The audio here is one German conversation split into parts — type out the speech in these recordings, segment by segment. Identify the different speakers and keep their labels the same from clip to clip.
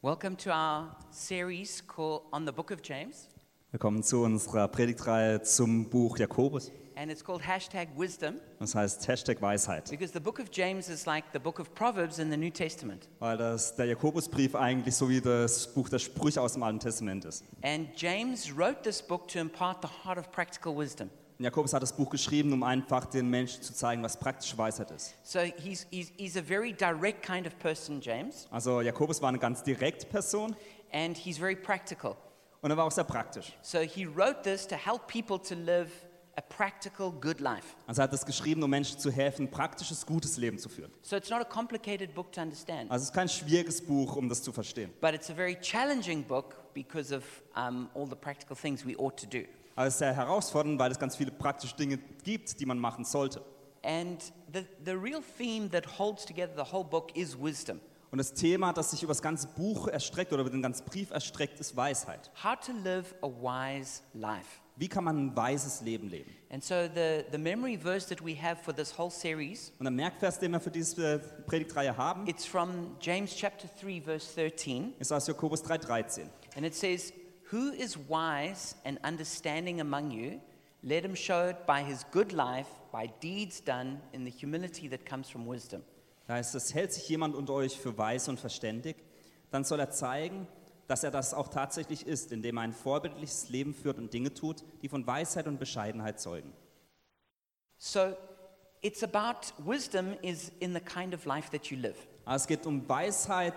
Speaker 1: Welcome to our series called on the Book of James,
Speaker 2: Willkommen zu unserer Predigtreihe zum Buch Jakobus.
Speaker 1: and it's called hashtag Wisdom
Speaker 2: Das heißt Hashtag Weisheit,
Speaker 1: because the Book of James is like the Book of Proverbs in the New Testament,
Speaker 2: weil das, der Jakobusbrief eigentlich so wie das Buch der Sprüche aus dem Alten Testament ist.
Speaker 1: and James wrote this book to impart the heart of practical wisdom.
Speaker 2: Und Jakobus hat das Buch geschrieben, um einfach den Menschen zu zeigen, was praktische Weisheit ist.
Speaker 1: So he's, he's, he's a very direct kind of person, James,
Speaker 2: Also Jakobus war eine ganz direkte Person
Speaker 1: and he's very practical.
Speaker 2: und er war auch sehr praktisch.
Speaker 1: So he wrote this to help people to live a practical, good life.
Speaker 2: Also er hat das geschrieben, um Menschen zu helfen, ein praktisches, gutes Leben zu führen.
Speaker 1: So it's not a complicated book to understand,
Speaker 2: Also es ist kein schwieriges Buch, um das zu verstehen.
Speaker 1: but it's a very challenging book because of um, all the practical things we ought to do.
Speaker 2: Aber es ist sehr herausfordernd, weil es ganz viele praktische Dinge gibt, die man machen sollte.
Speaker 1: And the, the real theme that holds together the whole book is wisdom
Speaker 2: Und das Thema, das sich über das ganze Buch erstreckt oder über den ganzen Brief erstreckt, ist Weisheit.
Speaker 1: how to live a wise life.
Speaker 2: Wie kann man ein weises Leben leben?
Speaker 1: And so, the, the memory verse that we have for this whole series,
Speaker 2: Und der Merkvers, den wir für diese äh, Predigtreihe haben,
Speaker 1: it's from James chapter 3, verse 13.
Speaker 2: ist aus Jakobus 3,13.
Speaker 1: And it says, Who is wise and understanding among you? Let him show it by his good life, by deeds done in the humility that comes from wisdom.
Speaker 2: Da heißt es, hält sich jemand unter euch für weise und verständig, dann soll er zeigen, dass er das auch tatsächlich ist, indem er ein vorbildliches Leben führt und Dinge tut, die von Weisheit und Bescheidenheit zeugen.
Speaker 1: So, it's about wisdom is in the kind of life that you live.
Speaker 2: Aber es geht um Weisheit,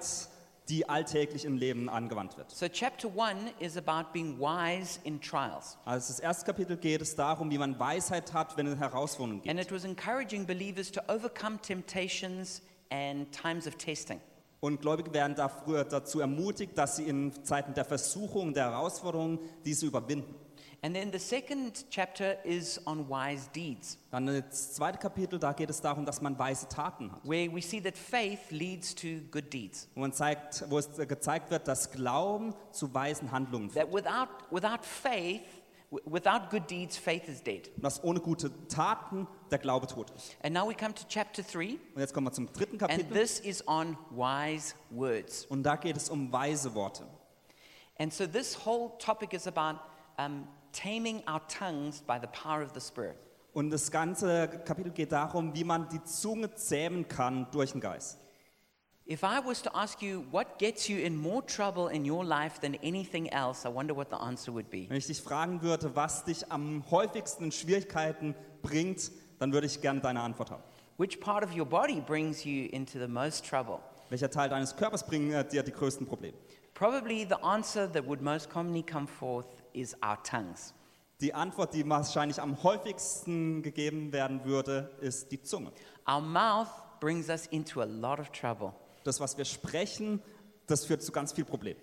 Speaker 2: die alltäglich im Leben angewandt wird.
Speaker 1: So, chapter one is about being wise in trials.
Speaker 2: Also das erste Kapitel geht es darum, wie man Weisheit hat, wenn es Herausforderungen gibt.
Speaker 1: And it was encouraging believers to overcome temptations and times of testing.
Speaker 2: Und Gläubige werden da früher dazu ermutigt, dass sie in Zeiten der Versuchung, der Herausforderungen diese überwinden.
Speaker 1: And then the second chapter is on wise deeds,
Speaker 2: Dann das zweite Kapitel, da geht es darum, dass man weise Taten hat.
Speaker 1: where we see that faith leads to good deeds.
Speaker 2: Wo, man zeigt, wo es gezeigt wird, dass Glauben zu weisen Handlungen führt.
Speaker 1: That without, without faith, w- without good deeds, faith is dead.
Speaker 2: Und dass ohne gute Taten der Glaube tot ist.
Speaker 1: And now we come to chapter 3,
Speaker 2: Und jetzt kommen wir zum dritten
Speaker 1: and
Speaker 2: Kapitel.
Speaker 1: this is on wise words.
Speaker 2: Und da geht es um weise Worte.
Speaker 1: And so this whole topic is about um, taming our tongues by the power of the Spirit.
Speaker 2: Und das ganze Kapitel geht darum, wie man die Zunge zähmen kann durch den Geist.
Speaker 1: If I was to ask you what gets you in more trouble in your life than anything else, I wonder what the answer would be.
Speaker 2: Wenn ich dich fragen würde, was dich am häufigsten in Schwierigkeiten bringt, dann würde ich gerne deine Antwort haben.
Speaker 1: Which part of your body brings you into the most trouble?
Speaker 2: Welcher Teil deines Körpers bringt äh, dir die größten Probleme?
Speaker 1: Probably the answer that would most commonly come forth is our tongues.
Speaker 2: Die Antwort, die wahrscheinlich am häufigsten gegeben werden würde, ist die Zunge.
Speaker 1: Our mouth brings us into a lot of trouble.
Speaker 2: Das, was wir sprechen, das führt zu ganz viel Problemen.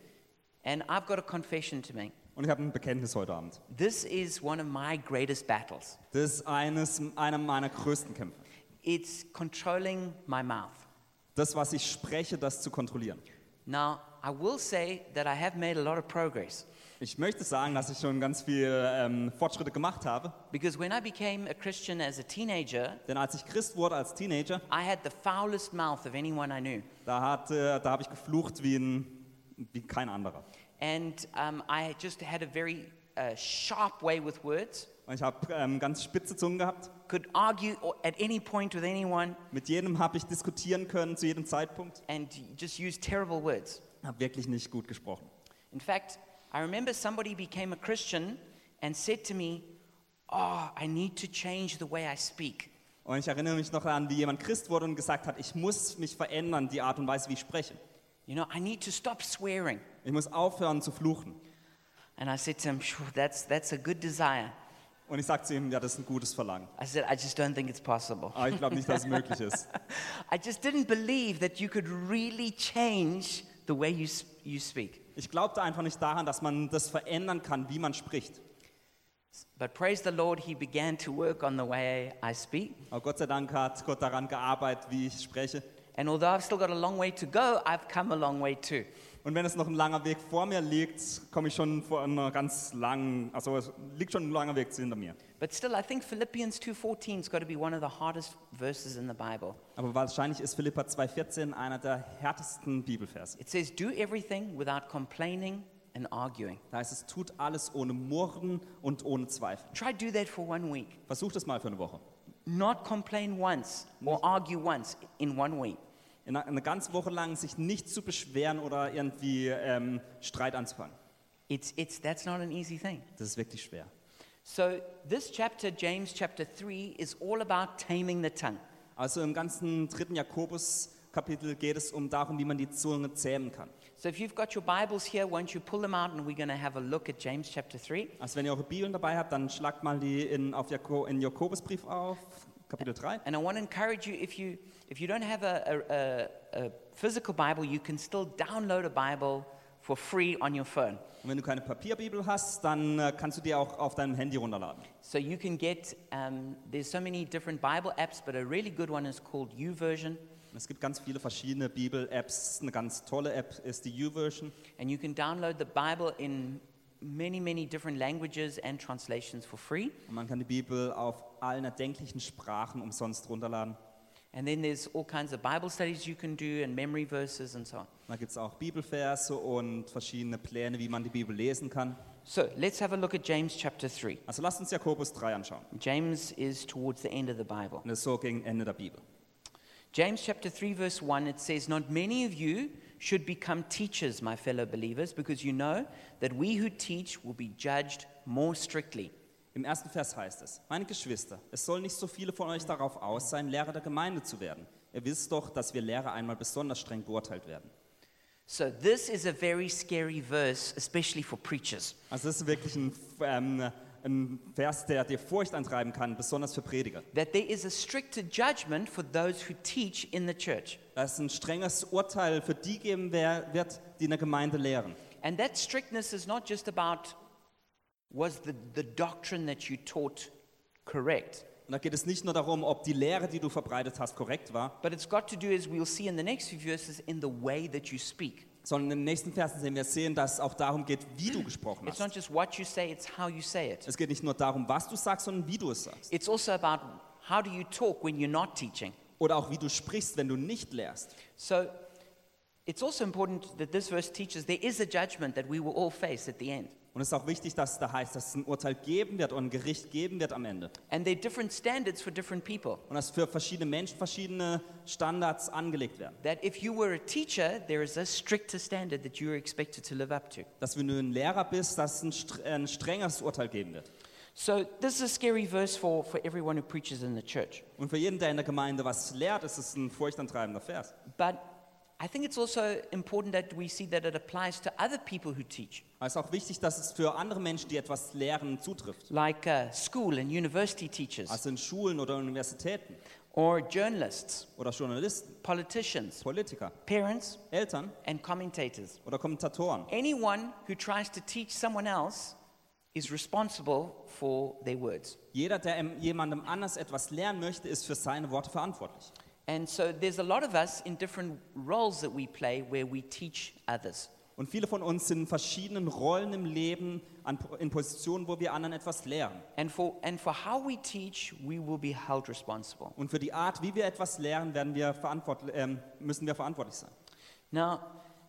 Speaker 1: And I've got a confession to make.
Speaker 2: Und ich habe ein Bekenntnis heute Abend.
Speaker 1: This is one of my greatest battles.
Speaker 2: Das ist eines, einer meiner größten Kämpfe.
Speaker 1: It's controlling my mouth.
Speaker 2: Das, was ich spreche, das zu kontrollieren.
Speaker 1: Now, I will say that I have made a lot of progress
Speaker 2: Ich möchte sagen, dass ich schon ganz viele ähm, Fortschritte gemacht habe,
Speaker 1: because when I became a Christian as a teenager,
Speaker 2: denn als ich Christ wurde als Teenager,
Speaker 1: I had the foulest mouth of anyone I knew.
Speaker 2: Da, hat, äh, da habe ich geflucht wie, ein, wie kein anderer.
Speaker 1: And um, I just had a very uh, sharp way with words,
Speaker 2: Und ich habe ähm, ganz spitze Zungen gehabt.
Speaker 1: could argue o- at any point with anyone,
Speaker 2: Mit jedem habe ich diskutieren können zu jedem Zeitpunkt.
Speaker 1: and just use terrible words.
Speaker 2: Habe wirklich nicht gut gesprochen.
Speaker 1: In fact, I remember somebody became a Christian and said to me, Oh, I need to change the way I speak.
Speaker 2: Und ich erinnere mich noch an, wie jemand Christ wurde und gesagt hat, ich muss mich verändern, die Art und Weise, wie ich spreche.
Speaker 1: You know, I need to stop swearing.
Speaker 2: Ich muss aufhören zu fluchen.
Speaker 1: And I said to him, "Phew, that's, that's a good desire.
Speaker 2: Und ich sage zu ihm, ja, das ist ein gutes Verlangen.
Speaker 1: I said, I just don't think it's possible.
Speaker 2: Aber ich glaube nicht, dass es möglich ist.
Speaker 1: I just didn't believe that you could really change the way you, s- you speak.
Speaker 2: Ich glaubte einfach nicht daran, dass man das verändern kann, wie man spricht.
Speaker 1: But praise the Lord, he began to work on the way I speak.
Speaker 2: Aber Gott sei Dank hat Gott daran gearbeitet, wie ich spreche.
Speaker 1: And although I've still got a long way to go, I've come a long way too.
Speaker 2: Und wenn es noch ein langer Weg vor mir liegt, komme ich schon vor einer ganz langen, also es liegt schon ein langer Weg hinter mir.
Speaker 1: But still, I think Philippians 2.14's got to be one of the hardest verses in the Bible.
Speaker 2: Aber wahrscheinlich ist Philippa 2,14 einer der härtesten Bibelverse.
Speaker 1: It says, do everything without complaining and arguing.
Speaker 2: Da heißt es, tut alles ohne Murren und ohne Zweifel.
Speaker 1: Try do that for one week.
Speaker 2: Versucht es mal für eine Woche.
Speaker 1: Not complain once or argue once in one week.
Speaker 2: In einer- eine ganze Woche lang sich nicht zu beschweren oder irgendwie ähm, Streit anzufangen.
Speaker 1: It's, it's, that's not an easy thing.
Speaker 2: Das ist wirklich schwer.
Speaker 1: So, this chapter, James chapter 3, is all about taming the tongue.
Speaker 2: Also im ganzen dritten Jakobus-Kapitel geht es um darum, wie man die Zunge zähmen kann.
Speaker 1: So, if you've got your Bibles here, why don't you pull them out and we're going to have a look at James chapter 3.
Speaker 2: Also wenn ihr eure Bibeln dabei habt, dann schlagt mal die in, auf Jako, in Jakobusbrief auf, Kapitel 3.
Speaker 1: And I want to encourage you if you, if you don't have a, a, a, a physical Bible, you can still download a Bible for free on your phone.
Speaker 2: Und wenn du keine Papierbibel hast, dann äh, kannst du die auch auf deinem Handy runterladen.
Speaker 1: So, you can get, um, there's so many different Bible apps, but a really good one is called YouVersion.
Speaker 2: Und Es gibt ganz viele verschiedene Bibel-Apps. Eine ganz tolle App ist die U-Version.
Speaker 1: And you can download the Bible in many, many different languages and translations for free.
Speaker 2: Und man kann die Bibel auf allen erdenklichen Sprachen umsonst runterladen.
Speaker 1: And then there's all kinds of Bible studies you can do and memory verses and so on.
Speaker 2: Da gibt es auch Bibelverse und verschiedene Pläne, wie man die Bibel lesen kann.
Speaker 1: So let's have a look at James chapter 3.
Speaker 2: Also lasst uns Jakobus 3 anschauen.
Speaker 1: James is towards the end of the Bible.
Speaker 2: Und das ist so gegen Ende der Bibel.
Speaker 1: James chapter 3, verse 1, it says, Not many of you should become teachers, my fellow believers, because you know that we who teach will be judged more strictly.
Speaker 2: Im ersten Vers heißt es, meine Geschwister, es soll nicht so viele von euch darauf aus sein, Lehrer der Gemeinde zu werden. Ihr wisst doch, dass wir Lehrer einmal besonders streng beurteilt werden.
Speaker 1: So this is a very scary verse, especially for preachers.
Speaker 2: Also das ist wirklich ein, ähm, ein Vers, der dir Furcht antreiben kann, besonders für Prediger.
Speaker 1: That there is a stricter judgment for those who teach in the church.
Speaker 2: dass es ein strenges Urteil für die geben wer- wird, die in der Gemeinde lehren.
Speaker 1: And that strictness is not just about was the, the doctrine that you taught correct,
Speaker 2: Und da geht es nicht nur darum, ob die Lehre, die du verbreitet hast, korrekt war,
Speaker 1: but it's got to do, as we'll see in the next few verses, in the way that you speak.
Speaker 2: sondern in den nächsten Versen sehen wir sehen, dass es auch darum geht, wie du gesprochen
Speaker 1: It's not
Speaker 2: hast.
Speaker 1: just what you say, it's how you say it.
Speaker 2: Es geht nicht nur darum, was du sagst, sondern wie du es sagst.
Speaker 1: It's also about how do you talk when you're not teaching.
Speaker 2: Oder auch, wie du sprichst, wenn du nicht lehrst.
Speaker 1: So it's also important that this verse teaches there is a judgment that we will all face at the end.
Speaker 2: Und es ist auch wichtig, dass es da heißt, dass es ein Urteil geben wird und ein Gericht geben wird am Ende.
Speaker 1: And there are different standards for different people.
Speaker 2: Und dass für verschiedene Menschen verschiedene Standards angelegt werden.
Speaker 1: That if you were a teacher, there is a stricter standard that you are expected to live up to.
Speaker 2: Dass wenn du ein Lehrer bist, dass es ein, str- äh, ein strengeres Urteil geben wird.
Speaker 1: So this is a scary verse for, for everyone who preaches in the church.
Speaker 2: Und für jeden, der in der Gemeinde was lehrt, ist es ein furchtantreibender Vers.
Speaker 1: But I think it's also important that we see that it applies to other people who teach,
Speaker 2: Aber es ist auch wichtig, dass es für andere Menschen, die etwas lehren, zutrifft.
Speaker 1: like uh, school and university teachers,
Speaker 2: Also in Schulen oder Universitäten
Speaker 1: or journalists,
Speaker 2: oder Journalisten,
Speaker 1: politicians,
Speaker 2: Politiker,
Speaker 1: parents,
Speaker 2: Eltern
Speaker 1: and commentators.
Speaker 2: oder Kommentatoren.
Speaker 1: Anyone who tries to teach someone else is responsible for their words.
Speaker 2: Jeder, der em- jemandem anders etwas lernen möchte, ist für seine Worte verantwortlich.
Speaker 1: And so there's a lot of us in different roles that we play where we teach others.
Speaker 2: Und viele von uns sind in verschiedenen Rollen im Leben, an, in Positionen, wo wir anderen etwas lehren.
Speaker 1: And for, and for how we teach, we will be held responsible.
Speaker 2: Und für die Art, wie wir etwas lehren, werden wir verantwort- ähm, müssen wir verantwortlich sein.
Speaker 1: Now,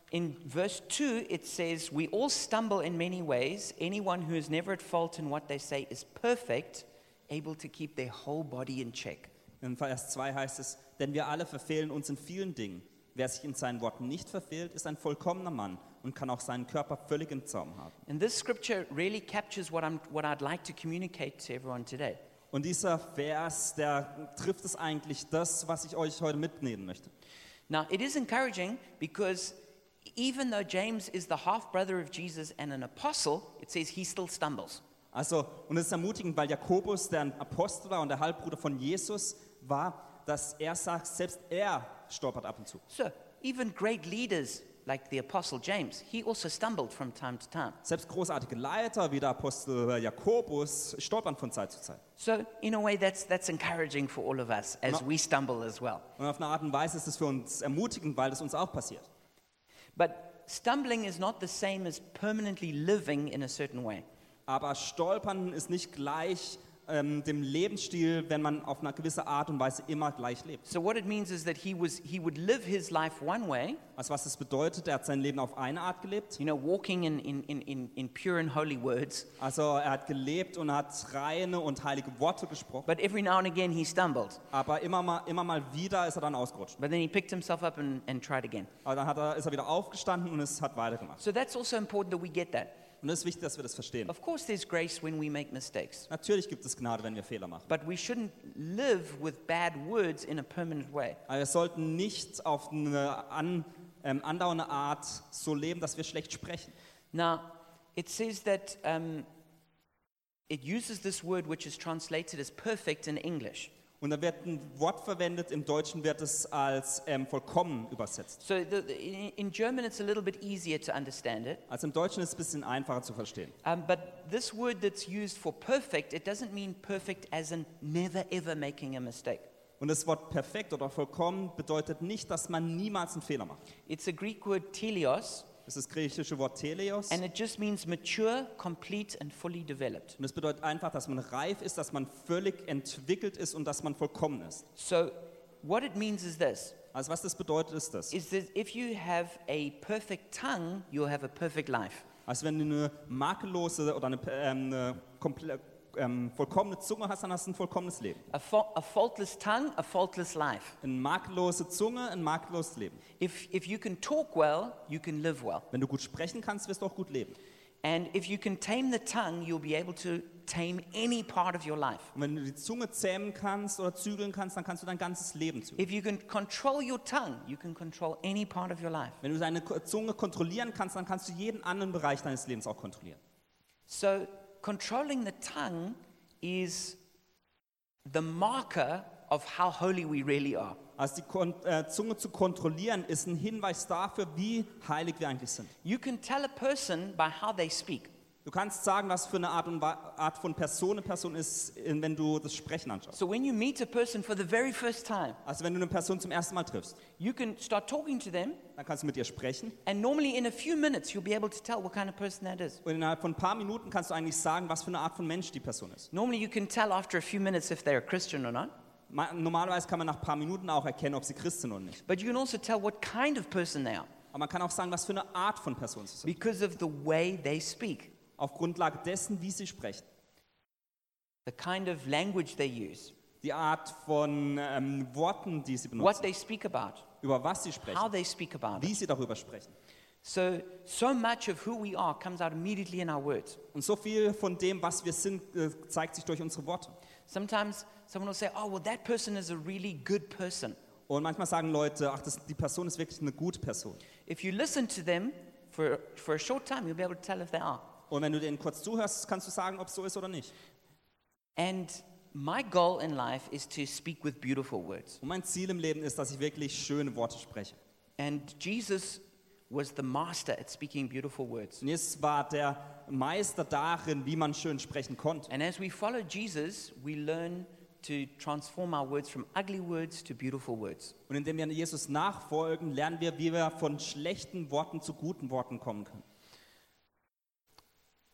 Speaker 1: in verse 2, it says, We all stumble in many ways. Anyone who is never at fault in what they say is perfect, able to keep their whole body in check.
Speaker 2: In Vers 2 heißt es, denn wir alle verfehlen uns in vielen Dingen. Wer sich in seinen Worten nicht verfehlt, ist ein vollkommener Mann und kann auch seinen Körper völlig im Zaum haben.
Speaker 1: And this scripture really captures what, I'm, what I'd like to communicate to everyone today.
Speaker 2: Und dieser Vers, der trifft es eigentlich das, was ich euch heute mitnehmen möchte.
Speaker 1: Now, it is encouraging because even though James is the half brother of Jesus and an apostle, it says he still stumbles.
Speaker 2: Also, und es ist ermutigend, weil Jakobus, der ein Apostel war und der Halbbruder von Jesus war, dass er sagt, selbst er stolpert ab und zu.
Speaker 1: So, even great leaders like the apostle James, he also stumbled from time to time.
Speaker 2: Selbst großartige Leiter wie der Apostel Jakobus stolpern von Zeit zu Zeit.
Speaker 1: So, in a way, that's, that's encouraging for all of us as
Speaker 2: No.
Speaker 1: we stumble as well.
Speaker 2: Und auf eine Art und Weise ist es für uns ermutigend, weil es uns auch passiert.
Speaker 1: But stumbling is not the same as permanently living in a certain way.
Speaker 2: Aber Stolpern ist nicht gleich ähm, dem Lebensstil, wenn man auf eine gewisse Art und Weise immer gleich lebt.
Speaker 1: So what it means is that he was he would live his life one way,
Speaker 2: Also was das bedeutet, er hat sein Leben auf eine Art gelebt.
Speaker 1: you know, walking in, in, in, in, in pure and holy words,
Speaker 2: Also er hat gelebt und hat reine und heilige Worte gesprochen.
Speaker 1: but every now and again he stumbled.
Speaker 2: Aber immer mal, immer mal wieder ist er dann ausgerutscht.
Speaker 1: But then he picked himself up and, and tried again.
Speaker 2: Aber dann hat er, ist er wieder aufgestanden und es hat weitergemacht.
Speaker 1: So that's also important that we get that.
Speaker 2: Und es ist wichtig, dass wir das verstehen.
Speaker 1: Of course there's grace when we make mistakes,
Speaker 2: Natürlich gibt es Gnade, wenn wir Fehler machen.
Speaker 1: but we shouldn't live with bad words in a permanent way.
Speaker 2: Aber wir sollten nicht auf eine an, ähm, andauernde Art so leben, dass wir schlecht sprechen.
Speaker 1: Now, it says that um, it uses this word which is translated as perfect in English.
Speaker 2: Und da wird ein Wort verwendet, im Deutschen wird es als ähm, vollkommen übersetzt.
Speaker 1: So the, the, in, in German, it's a little bit easier to understand it.
Speaker 2: Also im Deutschen ist es ein bisschen einfacher zu verstehen.
Speaker 1: Um, but this word that's used for perfect, it doesn't mean perfect as in never ever making a mistake.
Speaker 2: Und das Wort perfekt oder vollkommen bedeutet nicht, dass man niemals einen Fehler macht.
Speaker 1: It's a Greek word telios,
Speaker 2: Das ist das griechische Wort Teleos.
Speaker 1: and it just means mature, complete, and fully developed.
Speaker 2: Und es bedeutet einfach, dass man reif ist, dass man völlig entwickelt ist und dass man vollkommen ist.
Speaker 1: So what it means is this
Speaker 2: Also was das bedeutet, ist das.
Speaker 1: is that if you have a perfect tongue, you'll have a perfect life.
Speaker 2: Also wenn du eine makellose oder eine, ähm, eine komple- ähm, vollkommene Zunge hast, dann hast du ein vollkommenes Leben.
Speaker 1: A, fa- a faultless tongue, a faultless life.
Speaker 2: Eine makellose Zunge, ein makelloses Leben.
Speaker 1: If, if you can talk well, you can live well.
Speaker 2: Wenn du gut sprechen kannst, wirst du auch gut leben.
Speaker 1: And if you can tame the tongue, you'll be able to tame any part of your life.
Speaker 2: Und wenn du die Zunge zähmen kannst oder zügeln kannst, dann kannst du dein ganzes Leben zügeln.
Speaker 1: If you can control your tongue, you can control any part of your life.
Speaker 2: Wenn du deine Ko- Zunge kontrollieren kannst, dann kannst du jeden anderen Bereich deines Lebens auch kontrollieren.
Speaker 1: So, controlling the tongue is the marker of how holy we really are.
Speaker 2: Also die Kon äh, Zunge zu kontrollieren ist ein Hinweis dafür, wie heilig wir eigentlich sind.
Speaker 1: You can tell a person by how they speak.
Speaker 2: Du kannst sagen, was für eine Art, und Wa- Art von Person eine Person ist, in- wenn du das Sprechen anschaust.
Speaker 1: So, when you meet a person for the very first time,
Speaker 2: Also wenn du eine Person zum ersten Mal triffst,
Speaker 1: you can start talking to them,
Speaker 2: dann kannst du mit ihr sprechen
Speaker 1: and normally in a few minutes, you'll be able to tell what kind of person that is.
Speaker 2: und innerhalb von ein paar Minuten kannst du eigentlich sagen, was für eine Art von Mensch die Person ist.
Speaker 1: Normally, you can tell after a few minutes if they're a Christian or not,
Speaker 2: Ma- Normalerweise kann man nach ein paar Minuten auch erkennen, ob sie Christ sind oder nicht.
Speaker 1: but you can also tell what kind of person they are
Speaker 2: Aber man kann auch sagen, was für eine Art von Person sie sind.
Speaker 1: because of the way they speak,
Speaker 2: Auf Grundlage dessen, wie sie sprechen.
Speaker 1: the kind of language they use,
Speaker 2: Die Art von ähm, Worten, die sie
Speaker 1: what
Speaker 2: benutzen.
Speaker 1: they speak about,
Speaker 2: Über was sie
Speaker 1: how
Speaker 2: sprechen.
Speaker 1: they speak about it.
Speaker 2: Wie sie darüber sprechen.
Speaker 1: So, so much of who we are comes out immediately in our words.
Speaker 2: Und so viel von dem, was wir sind, äh, zeigt sich durch unsere Worte.
Speaker 1: Sometimes someone will say, Oh, well, that person is a really good person.
Speaker 2: Und manchmal sagen Leute, ach, das, die Person ist wirklich eine gute Person.
Speaker 1: If you listen to them for, for a short time, you'll be able to tell if they are.
Speaker 2: Und wenn du denen kurz zuhörst, kannst du sagen, ob es so ist oder nicht.
Speaker 1: And my goal in life is to speak with beautiful words.
Speaker 2: Und mein Ziel im Leben ist, dass ich wirklich schöne Worte spreche.
Speaker 1: And Jesus was the master at speaking beautiful words.
Speaker 2: Und Jesus war der Meister darin, wie man schön sprechen konnte.
Speaker 1: And as we follow Jesus, we learn to transform our words from ugly words to beautiful words.
Speaker 2: Und indem wir Jesus nachfolgen, lernen wir, wie wir von schlechten Worten zu guten Worten kommen können.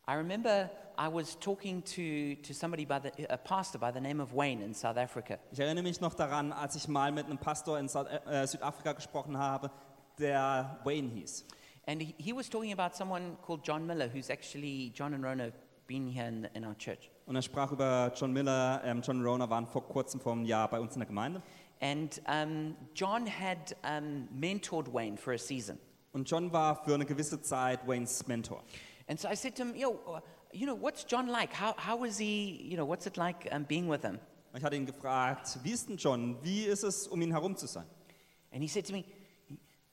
Speaker 1: I remember I was talking to, to somebody by the, a pastor by the name of Wayne in South Africa.
Speaker 2: Ich erinnere mich noch daran, als ich mal mit einem Pastor in Sau- äh, Südafrika gesprochen habe, der Wayne hieß.
Speaker 1: And he, he was talking about someone called John Miller, who's actually, John and Rona have been here in, in our church.
Speaker 2: Und er sprach über John Miller. Ähm, John Rona waren vor kurzem vor einem Jahr bei uns in der Gemeinde.
Speaker 1: And um, John had um, mentored Wayne for a season.
Speaker 2: Und John war für eine gewisse Zeit Waynes Mentor.
Speaker 1: And so I said to him, Yo, uh, you know, what's John like? How, how is he, you know, what's it like um, being with him?
Speaker 2: Und Ich hatte ihn gefragt, wie ist denn John? Wie ist es, um ihn herum zu sein?
Speaker 1: And he said to me,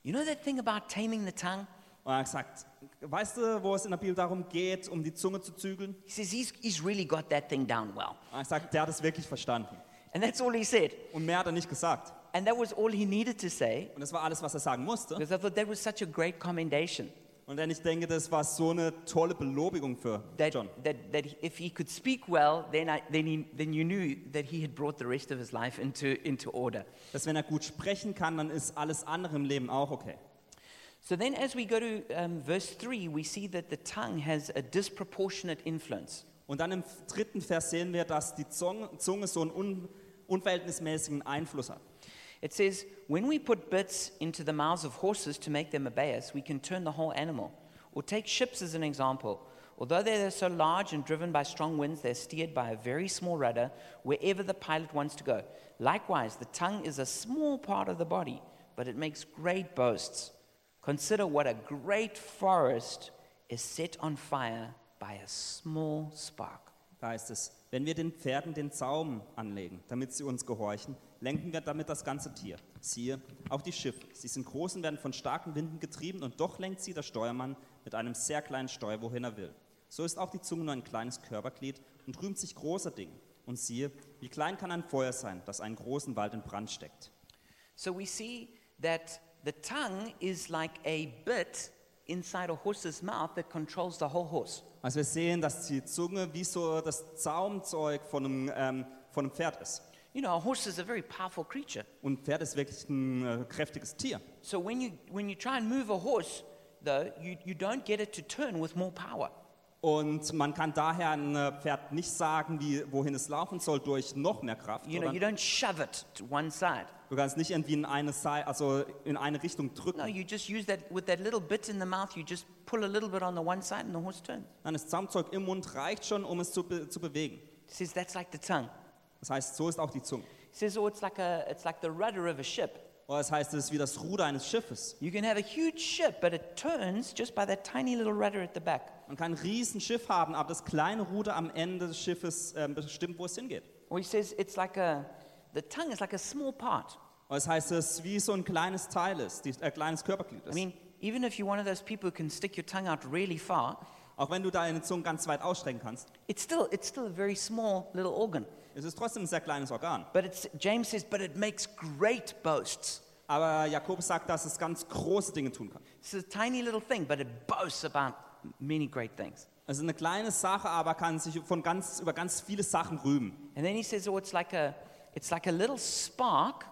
Speaker 1: You know that thing about taming the tongue?
Speaker 2: Und er hat gesagt, weißt du, wo es in der Bibel darum geht, um die Zunge zu zügeln?
Speaker 1: He says, He's, he's really got that thing down well.
Speaker 2: Und er hat gesagt, der hat es wirklich verstanden.
Speaker 1: And that's all he said.
Speaker 2: Und mehr hat er nicht gesagt.
Speaker 1: And that was all he needed to say
Speaker 2: Und das war alles, was er sagen musste.
Speaker 1: because I thought that was such a great commendation
Speaker 2: Und dann ich denke, das war so eine tolle Belobigung für
Speaker 1: that,
Speaker 2: John.
Speaker 1: that, that if he could speak well, then, I, then, he, then you knew that he had brought the rest of his life into, into order.
Speaker 2: Dass wenn er gut sprechen kann, dann ist alles andere im Leben auch okay.
Speaker 1: So then, as we go to um, verse 3, we see that the tongue has a disproportionate influence.
Speaker 2: Und dann im dritten Vers sehen wir, dass die Zunge, Zunge so einen un, unverhältnismäßigen Einfluss hat.
Speaker 1: It says, When we put bits into the mouths of horses to make them obey us, we can turn the whole animal. Or take ships as an example. Although they are so large and driven by strong winds, they're steered by a very small rudder wherever the pilot wants to go. Likewise, the tongue is a small part of the body, but it makes great boasts. Consider what a great forest is set on fire by a small spark.
Speaker 2: Da heißt es, wenn wir den Pferden den Zaum anlegen, damit sie uns gehorchen, lenken wir damit das ganze Tier. Siehe, auch die Schiffe. Sie sind groß und werden von starken Winden getrieben und doch lenkt sie der Steuermann mit einem sehr kleinen Steuer, wohin er will. So ist auch die Zunge nur ein kleines Körperglied und rühmt sich großer Dinge. Und siehe, wie klein kann ein Feuer sein, das einen großen Wald in Brand steckt.
Speaker 1: So we see that the tongue is like a bit inside a horse's mouth that controls the whole horse.
Speaker 2: Also wir sehen, dass die Zunge wie so das Zaumzeug von einem, ähm, von einem Pferd ist.
Speaker 1: You know, a horse is a very powerful creature.
Speaker 2: Und ein Pferd ist wirklich ein äh, kräftiges Tier.
Speaker 1: So when you, when you try and move a horse, though, you, you don't get it to turn with more power.
Speaker 2: Und man kann daher ein äh, Pferd nicht sagen, wie, wohin es laufen soll, durch noch mehr Kraft.
Speaker 1: You know, you
Speaker 2: sondern
Speaker 1: don't shove it to one side.
Speaker 2: du kannst nicht irgendwie in eine, Sei- also in eine Richtung drücken.
Speaker 1: No, you just use that, with that little bit in the mouth, you just pull a little bit on the one side and the horse turns.
Speaker 2: Dann das Zaumzeug im Mund reicht schon, um es zu, be zu bewegen.
Speaker 1: It says that's like the tongue.
Speaker 2: Das heißt, so ist auch die Zunge.
Speaker 1: It says, oh, it's like, a, it's like the rudder of a ship.
Speaker 2: Oder das heißt, es ist wie das Ruder eines Schiffes.
Speaker 1: You can have a huge ship, but it turns just by that tiny little rudder at the back.
Speaker 2: Man kann ein riesen Schiff haben, aber das kleine Ruder am Ende des Schiffes ähm, bestimmt, wo es hingeht.
Speaker 1: Or he says it's like a, the tongue is like a small part.
Speaker 2: Und das heißt, es ist wie so ein kleines Teil ist, die, äh, kleines Körperglied
Speaker 1: I
Speaker 2: ist.
Speaker 1: mean, even if you're one of those people who can stick your tongue out really far,
Speaker 2: Auch wenn du deine Zunge ganz weit ausstrecken kannst,
Speaker 1: it's still, it's still a very small little organ.
Speaker 2: es ist trotzdem ein sehr kleines Organ.
Speaker 1: But it's, James says, but it makes great boasts.
Speaker 2: Aber Jakobus sagt, dass es ganz große Dinge tun kann.
Speaker 1: It's a tiny little thing, but it boasts about many great things.
Speaker 2: Es ist eine kleine Sache, aber kann sich von ganz, über ganz viele Sachen rühmen.
Speaker 1: And then he says, oh, it's like a, it's like a little spark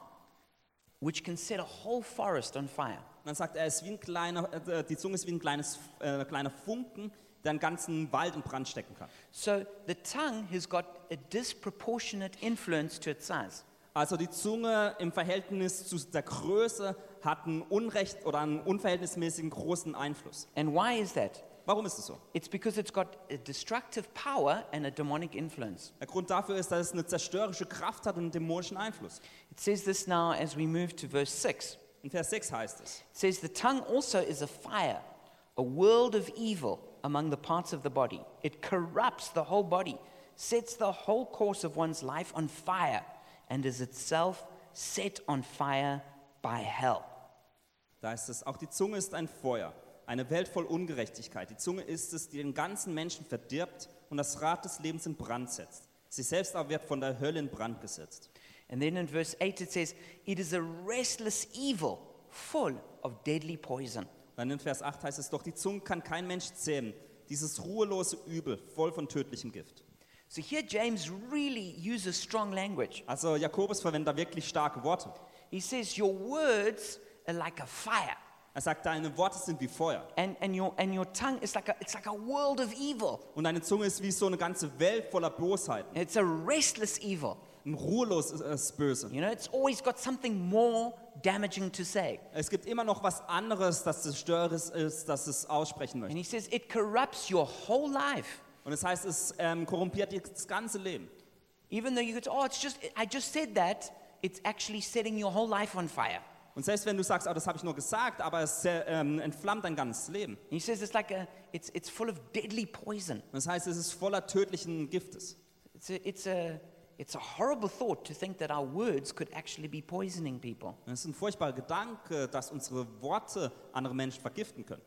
Speaker 1: which can set a whole forest on fire.
Speaker 2: Und dann sagt er, es ist wie ein kleiner, äh, die Zunge ist wie ein kleines, äh, kleiner Funken, der einen ganzen Wald in Brand stecken kann.
Speaker 1: So the tongue has got a disproportionate influence to its size.
Speaker 2: Also die Zunge im Verhältnis zu der Größe hat einen unrecht oder einen unverhältnismäßigen großen Einfluss.
Speaker 1: And why is that?
Speaker 2: Warum ist es so?
Speaker 1: It's because it's got a destructive power and a demonic influence.
Speaker 2: Der Grund dafür ist, dass es eine zerstörerische Kraft hat und einen dämonischen Einfluss.
Speaker 1: It says this now as we move to verse 6.
Speaker 2: In Vers 6 heißt es,
Speaker 1: It says, The tongue also is a fire, a world of evil among the parts of the body. It corrupts the whole body, sets the whole course of one's life on fire, and is itself set on fire by hell.
Speaker 2: Da ist es, auch die Zunge ist ein Feuer, eine Welt voll Ungerechtigkeit. Die Zunge ist es, die den ganzen Menschen verdirbt und das Rad des Lebens in Brand setzt. Sie selbst aber wird von der Hölle in Brand gesetzt.
Speaker 1: And then in verse 8 it says, It is a restless evil full of deadly poison.
Speaker 2: Dann in Vers 8 heißt es, doch die Zunge kann kein Mensch zähmen, dieses ruhelose Übel, voll von tödlichem Gift.
Speaker 1: So here James really uses strong language.
Speaker 2: Also Jakobus verwendet da wirklich starke Worte.
Speaker 1: He says, Your words are like a fire,
Speaker 2: Er sagt, deine Worte sind wie Feuer
Speaker 1: and, and, your, and your tongue is like a, it's like a world of evil.
Speaker 2: und deine Zunge ist wie so eine ganze Welt voller Bosheiten,
Speaker 1: It's a restless evil.
Speaker 2: ein ruheloses Böse.
Speaker 1: You know, it's always got something more damaging to say.
Speaker 2: Es gibt immer noch was anderes, das zerstöreres ist, das es aussprechen möchte.
Speaker 1: And he says, It corrupts your whole life.
Speaker 2: Und das heißt, es ähm, korrumpiert ihr das ganze Leben.
Speaker 1: Even though you could, Oh, it's just, I just said that, it's actually setting your whole life on fire.
Speaker 2: Und selbst wenn du sagst, oh, das habe ich nur gesagt, aber es äh, ähm, entflammt dein ganzes Leben.
Speaker 1: He says it's like a, it's, it's full of deadly poison.
Speaker 2: Und das heißt, es ist voller tödlichen Giftes.
Speaker 1: It's a, it's, a, it's a horrible thought to think that our words could actually be poisoning people.
Speaker 2: Und es ist ein furchtbarer Gedanke, dass unsere Worte andere Menschen vergiften können.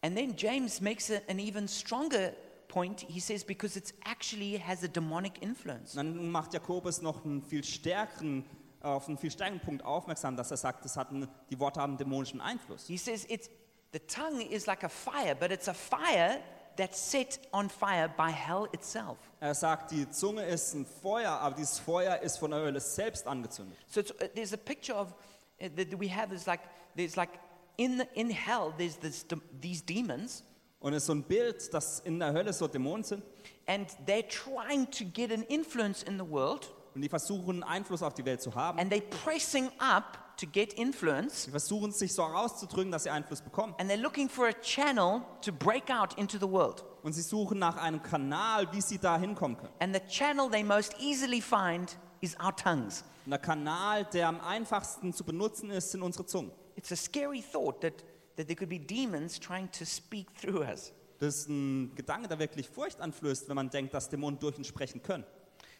Speaker 1: And then James makes a, an even stronger point. He says because it's actually has a demonic influence.
Speaker 2: Und dann macht Jakobus noch einen viel stärkeren, auf einen viel stärkeren Punkt aufmerksam, dass er sagt, es hat einen, die Worte haben einen dämonischen Einfluss.
Speaker 1: He says it's the tongue is like a fire, but it's a fire that's set on fire by hell itself.
Speaker 2: Er sagt, die Zunge ist ein Feuer, aber dieses Feuer ist von der Hölle selbst angezündet.
Speaker 1: So it's, uh, there's a picture of uh, that we have is like there's like in, the, in hell, there's this, de- these demons,
Speaker 2: Und es ist so ein Bild, dass in der Hölle so Dämonen sind
Speaker 1: and they're trying to get an influence in the world,
Speaker 2: und die versuchen, Einfluss auf die Welt zu haben.
Speaker 1: and they're pressing up to get influence,
Speaker 2: Die versuchen, sich so herauszudrücken, dass sie Einfluss bekommen.
Speaker 1: and they're looking for a channel to break out into the world.
Speaker 2: Und sie suchen nach einem Kanal, wie sie da hinkommen können.
Speaker 1: And the channel they most easily find is our tongues.
Speaker 2: Und der Kanal, der am einfachsten zu benutzen ist, sind unsere Zungen.
Speaker 1: It's a scary thought that, that there could be demons trying to speak through us.
Speaker 2: Das ist ein Gedanke, der wirklich Furcht anflößt, wenn man denkt, dass Dämonen durch uns sprechen können.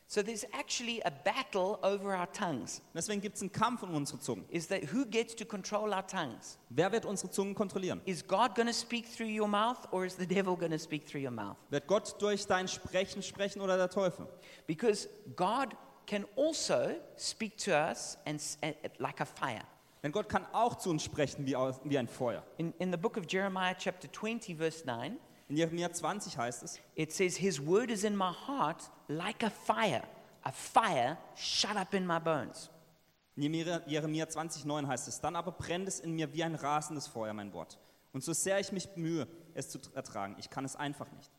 Speaker 1: So there's actually a battle over our tongues.
Speaker 2: Und deswegen gibt es einen Kampf um unsere Zungen.
Speaker 1: Is that who gets to control our tongues?
Speaker 2: Wer wird unsere Zungen kontrollieren?
Speaker 1: Is God going to speak through your mouth or is the devil going to speak through your mouth?
Speaker 2: Wird Gott durch dein Sprechen sprechen oder der Teufel?
Speaker 1: Because God can also speak to us and, s- a- a- like a fire.
Speaker 2: Denn Gott kann auch zu uns sprechen wie, aus, wie ein Feuer.
Speaker 1: In, in the book of Jeremiah, chapter 20, verse 9,
Speaker 2: In Jeremia 20 heißt es,
Speaker 1: it says, His word is in my heart like a fire, a fire shut up in my bones.
Speaker 2: in Jeremia Jeremia 20, 9 heißt es, dann aber brennt es in mir wie ein rasendes Feuer, mein Wort. Und so sehr ich mich bemühe, es zu ertragen, ich kann es einfach nicht.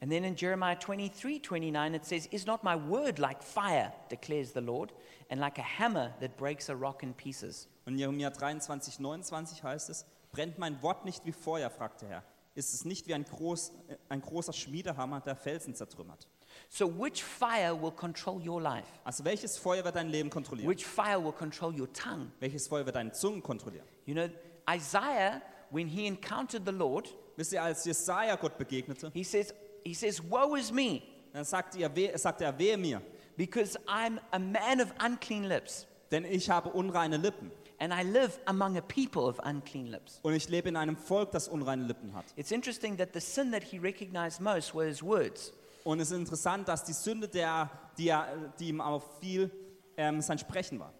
Speaker 1: And then in Jeremiah 23, 29, it says, Is not my word like fire, declares the Lord, and like a hammer that breaks a rock in pieces?
Speaker 2: Und in Jeremia 23, 29 heißt es, brennt mein Wort nicht wie Feuer, fragt der Herr. Ist es nicht wie ein, groß, äh, ein großer Schmiedehammer, der Felsen zertrümmert?
Speaker 1: So, which fire will control your life?
Speaker 2: Also welches Feuer wird dein Leben kontrollieren?
Speaker 1: Which fire will control your tongue?
Speaker 2: welches Feuer wird deine Zungen kontrollieren?
Speaker 1: You know, Isaiah, when he encountered the Lord,
Speaker 2: Wisst ihr, als Jesaja Gott begegnete,
Speaker 1: he says, he says Woe is me,
Speaker 2: dann sagte, ihr, weh, sagte er, wehe mir,
Speaker 1: because I'm a man of unclean lips,
Speaker 2: denn ich habe unreine Lippen
Speaker 1: and I live among a people of unclean lips.
Speaker 2: und ich lebe in einem Volk, das unreine Lippen hat.
Speaker 1: It's interesting that the sin that he recognized most were his words.
Speaker 2: Und es ist interessant, dass die Sünde, der, die, er, die ihm auffiel, ähm, sein Sprechen war.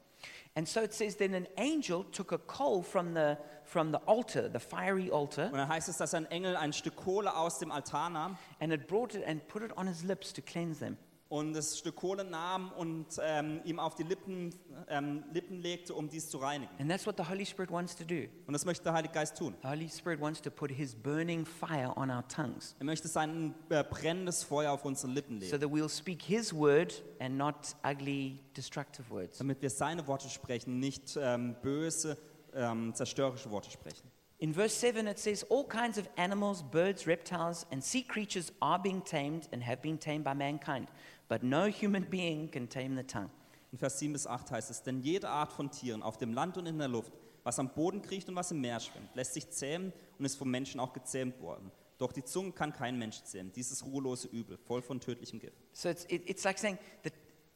Speaker 1: And so it says, then an angel took a coal from the, from the altar, the fiery altar,
Speaker 2: Und dann heißt es, dass ein Engel ein Stück Kohle aus dem Altar nahm
Speaker 1: and it brought it and put it on his lips to cleanse them.
Speaker 2: und das Stück Kohle nahm und ähm, ihm auf die Lippen, ähm, Lippen legte, um dies zu reinigen.
Speaker 1: And that's what the Holy Spirit wants to do.
Speaker 2: Und das möchte der Heilige Geist tun.
Speaker 1: The Holy Spirit wants to put his burning fire on our tongues
Speaker 2: Er möchte sein äh, brennendes Feuer auf unseren Lippen
Speaker 1: so
Speaker 2: legen,
Speaker 1: that we'll speak his word and not ugly, destructive words.
Speaker 2: damit wir seine Worte sprechen, nicht ähm, böse, ähm, zerstörerische Worte sprechen.
Speaker 1: In verse 7, it says, All kinds of animals, birds, reptiles, and sea creatures are being tamed and have been tamed by mankind, but no human being can tame the tongue.
Speaker 2: In Vers 7 bis 8 heißt es, denn jede Art von Tieren auf dem Land und in der Luft, was am Boden kriecht und was im Meer schwimmt, lässt sich zähmen und ist vom Menschen auch gezähmt worden. Doch die Zunge kann kein Mensch zähmen, dieses ruhelose Übel, voll von tödlichem Gift.
Speaker 1: So it's, it, it's like saying that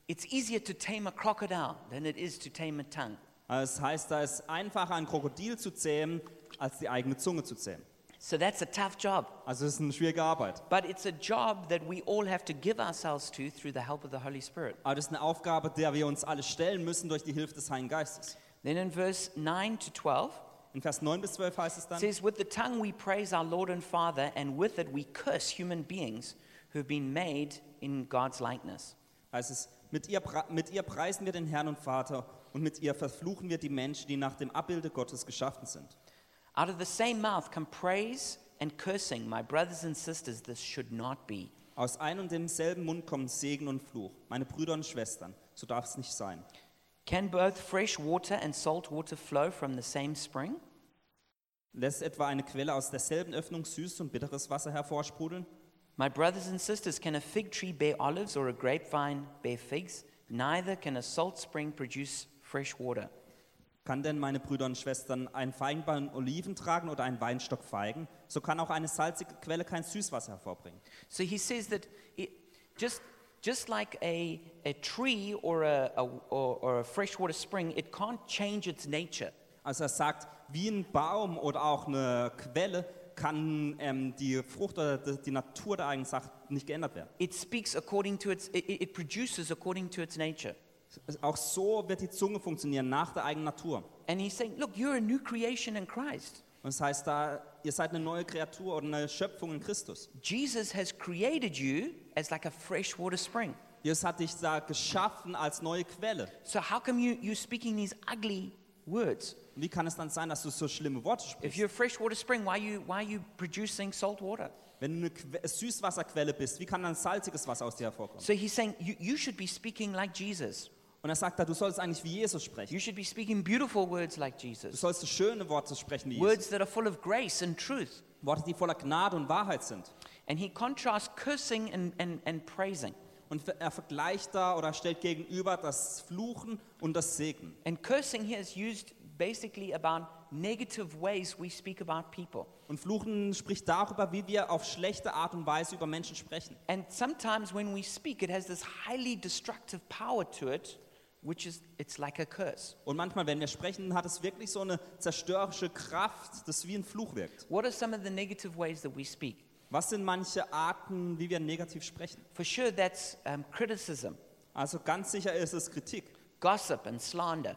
Speaker 1: it's easier to tame a crocodile than it is to tame a tongue.
Speaker 2: Also es heißt, da ist einfacher, ein Krokodil zu zähmen, als die eigene Zunge zu zähmen.
Speaker 1: So that's a tough job.
Speaker 2: Also es ist eine schwierige Arbeit.
Speaker 1: But it's a job that we all have to give ourselves to through the help of the Holy Spirit.
Speaker 2: Aber das ist eine Aufgabe, der wir uns alle stellen müssen durch die Hilfe des Heiligen Geistes.
Speaker 1: Then in verse 9 to 12,
Speaker 2: In Vers 9 bis 12 heißt es
Speaker 1: it
Speaker 2: dann,
Speaker 1: says, With the tongue we praise our Lord and Father, and with it we curse human beings who have been made in God's likeness.
Speaker 2: heißt es, mit ihr, pre- mit ihr preisen wir den Herrn und Vater und mit ihr verfluchen wir die Menschen, die nach dem Abbilde Gottes geschaffen sind.
Speaker 1: Out of the same mouth come praise and cursing. My brothers and sisters, this should not be.
Speaker 2: Aus ein und demselben Mund kommen Segen und Fluch. Meine Brüder und Schwestern, so darf es nicht sein.
Speaker 1: Can both fresh water and salt water flow from the same spring?
Speaker 2: Lässt etwa eine Quelle aus derselben Öffnung süßes und bitteres Wasser hervorsprudeln?
Speaker 1: My brothers and sisters, can a fig tree bear olives or a grapevine bear figs? Neither can a salt spring produce fresh water.
Speaker 2: Kann denn meine Brüder und Schwestern einen Feigenbaum Oliven tragen oder einen Weinstock Feigen? So kann auch eine salzige Quelle kein Süßwasser hervorbringen.
Speaker 1: So he says that it, just, just like a, a tree or a, a, or, or a freshwater spring, it can't change its nature.
Speaker 2: Also er sagt, wie ein Baum oder auch eine Quelle kann ähm, die Frucht oder die die Natur der eigenen Sache nicht geändert werden.
Speaker 1: It speaks according to its, it, it produces according to its nature.
Speaker 2: Auch so wird die Zunge funktionieren, nach der eigenen Natur.
Speaker 1: And he's saying, look, you're a new creation in Christ.
Speaker 2: Und das heißt da, ihr seid eine neue Kreatur oder eine Schöpfung in Christus.
Speaker 1: Jesus has created you as like a freshwater spring.
Speaker 2: Jesus hat dich da geschaffen als neue Quelle.
Speaker 1: So how come you, you're speaking these ugly, words.
Speaker 2: Und wie kann es dann sein, dass du so schlimme Worte
Speaker 1: If
Speaker 2: sprichst?
Speaker 1: you're a freshwater spring, why are you, why are you producing salt water?
Speaker 2: Wenn du eine Que Süßwasserquelle bist, wie kann dann salziges Wasser aus dir hervorkommen?
Speaker 1: So he's saying you, you should be speaking like Jesus.
Speaker 2: Und er sagt da, du sollst eigentlich wie Jesus sprechen.
Speaker 1: You should be speaking beautiful words like
Speaker 2: Du
Speaker 1: Jesus,
Speaker 2: sollst schöne Worte sprechen wie Jesus.
Speaker 1: words that are full of grace and truth.
Speaker 2: Worte, die voller Gnade und Wahrheit sind.
Speaker 1: And he contrasts cursing and, and, and praising.
Speaker 2: Und er vergleicht da oder stellt gegenüber das Fluchen und das Segnen.
Speaker 1: And cursing here is used basically about negative ways we speak about people.
Speaker 2: Und Fluchen spricht darüber, wie wir auf schlechte Art und Weise über Menschen sprechen.
Speaker 1: And sometimes when we speak, it has this highly destructive power to it, which is, it's like a curse.
Speaker 2: Und manchmal, wenn wir sprechen, hat es wirklich so eine zerstörerische Kraft, das wie ein Fluch wirkt.
Speaker 1: What are some of the negative ways that we speak?
Speaker 2: Was sind manche Arten, wie wir negativ sprechen?
Speaker 1: For sure, that's um, criticism,
Speaker 2: Also ganz sicher ist es Kritik,
Speaker 1: gossip and slander,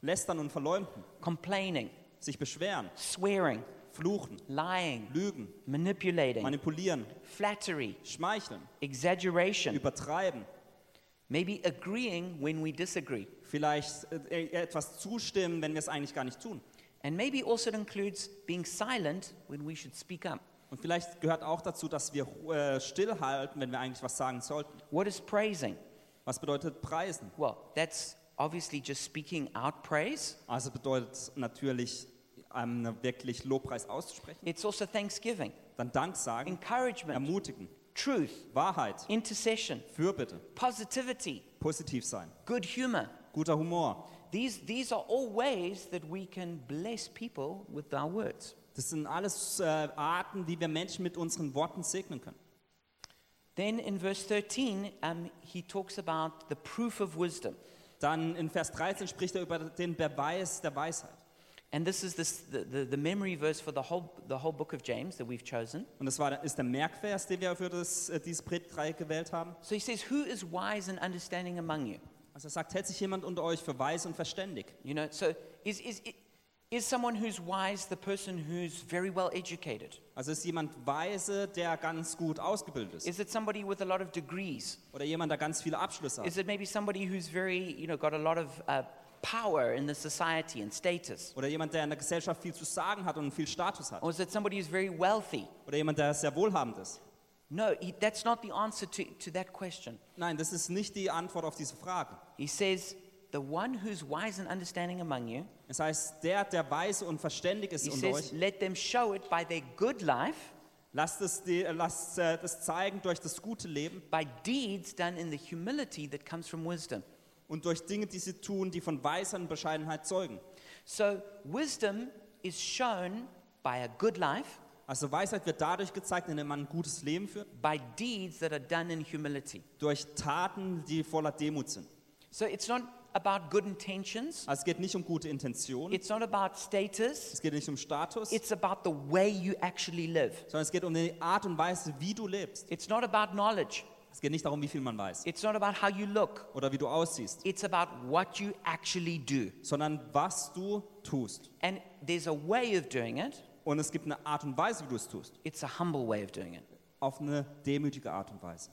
Speaker 2: Lästern und Verleumden,
Speaker 1: complaining,
Speaker 2: sich beschweren,
Speaker 1: swearing,
Speaker 2: fluchen,
Speaker 1: lying,
Speaker 2: lügen,
Speaker 1: manipulating,
Speaker 2: manipulieren,
Speaker 1: flattery,
Speaker 2: schmeicheln,
Speaker 1: exaggeration,
Speaker 2: übertreiben,
Speaker 1: maybe agreeing when we disagree.
Speaker 2: vielleicht äh, etwas zustimmen, wenn wir es eigentlich gar nicht tun.
Speaker 1: And maybe also it includes being silent when we should speak up.
Speaker 2: Und vielleicht gehört auch dazu, dass wir äh, stillhalten, wenn wir eigentlich was sagen sollten.
Speaker 1: What is praising?
Speaker 2: Was bedeutet preisen?
Speaker 1: Well, that's obviously just speaking out praise.
Speaker 2: Also bedeutet natürlich, ähm, wirklich Lobpreis auszusprechen,
Speaker 1: It's also thanksgiving,
Speaker 2: dann Dank sagen,
Speaker 1: encouragement,
Speaker 2: ermutigen,
Speaker 1: truth,
Speaker 2: Wahrheit,
Speaker 1: intercession,
Speaker 2: Fürbitte,
Speaker 1: positivity,
Speaker 2: positiv sein,
Speaker 1: good humor.
Speaker 2: guter Humor.
Speaker 1: These, these are all ways that we can bless people with our words.
Speaker 2: Das sind alles äh, Arten, wie wir Menschen mit unseren Worten segnen können.
Speaker 1: Then in verse 13, um, he talks about the proof of wisdom.
Speaker 2: Dann in Vers 13 spricht er über den Beweis der Weisheit.
Speaker 1: And this is this, the, the, the memory verse for the whole, the whole book of James that we've chosen.
Speaker 2: Und das war, ist der Merkvers, den wir für das, äh, dieses Predigtreihe gewählt haben.
Speaker 1: So he says, Who is wise and understanding among you?
Speaker 2: Also er sagt, hält sich jemand unter euch für weise und verständig?
Speaker 1: You know, so is, is, is someone who's wise the person who's very well educated?
Speaker 2: Also ist jemand weise, der ganz gut ausgebildet ist?
Speaker 1: Is it somebody with a lot of degrees?
Speaker 2: Oder jemand, der ganz viele Abschlüsse hat?
Speaker 1: Is it maybe somebody who's very, you know, got a lot of uh, power in the society and status?
Speaker 2: Oder jemand, der in der Gesellschaft viel zu sagen hat und viel Status hat?
Speaker 1: Or is it somebody who's very wealthy?
Speaker 2: Oder jemand, der sehr wohlhabend ist?
Speaker 1: No, he, that's not the answer to, to that question.
Speaker 2: Nein, das ist nicht die Antwort auf diese Frage.
Speaker 1: He says, The one who's wise and understanding among you,
Speaker 2: Es heißt, der, der weise und verständig ist
Speaker 1: he
Speaker 2: unter
Speaker 1: says,
Speaker 2: euch,
Speaker 1: let them show it by their good life,
Speaker 2: lasst es, die, äh, lasst äh, das zeigen durch das gute Leben
Speaker 1: by deeds done in the humility that comes from wisdom.
Speaker 2: und durch Dinge, die sie tun, die von Weisheit und Bescheidenheit zeugen.
Speaker 1: So, wisdom is shown by a good life,
Speaker 2: Also Weisheit wird dadurch gezeigt, indem man ein gutes Leben führt,
Speaker 1: by deeds that are done in humility.
Speaker 2: durch Taten, die voller Demut sind.
Speaker 1: So, it's not about good intentions,
Speaker 2: Also es geht nicht um gute Intentionen,
Speaker 1: it's not about status,
Speaker 2: es geht nicht um Status,
Speaker 1: it's about the way you actually live.
Speaker 2: sondern es geht um die Art und Weise, wie du lebst.
Speaker 1: It's not about knowledge,
Speaker 2: Es geht nicht darum, wie viel man weiß
Speaker 1: it's not about how you look,
Speaker 2: oder wie du aussiehst,
Speaker 1: it's about what you actually do.
Speaker 2: sondern was du tust.
Speaker 1: And there's a way of doing it,
Speaker 2: Und es gibt eine Art und Weise, wie du es tust,
Speaker 1: it's a humble way of doing it.
Speaker 2: auf eine demütige Art und Weise.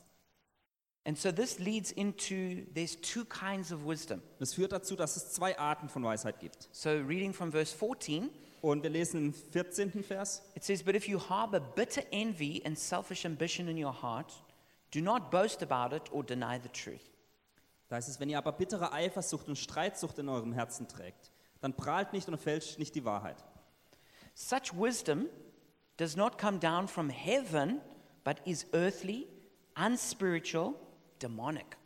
Speaker 1: And so this leads into there's two kinds of wisdom.
Speaker 2: Das führt dazu, dass es zwei Arten von Weisheit gibt.
Speaker 1: So reading from verse 14,
Speaker 2: Und wir lesen im 14. Vers.
Speaker 1: it says, But if you harbor bitter envy and selfish ambition in your heart, do not boast about it or deny the truth.
Speaker 2: Da heißt es, wenn ihr aber bittere Eifersucht und Streitsucht in eurem Herzen trägt, dann prahlt nicht und fälscht nicht die Wahrheit.
Speaker 1: Such wisdom does not come down from heaven, but is earthly, unspiritual, demonic.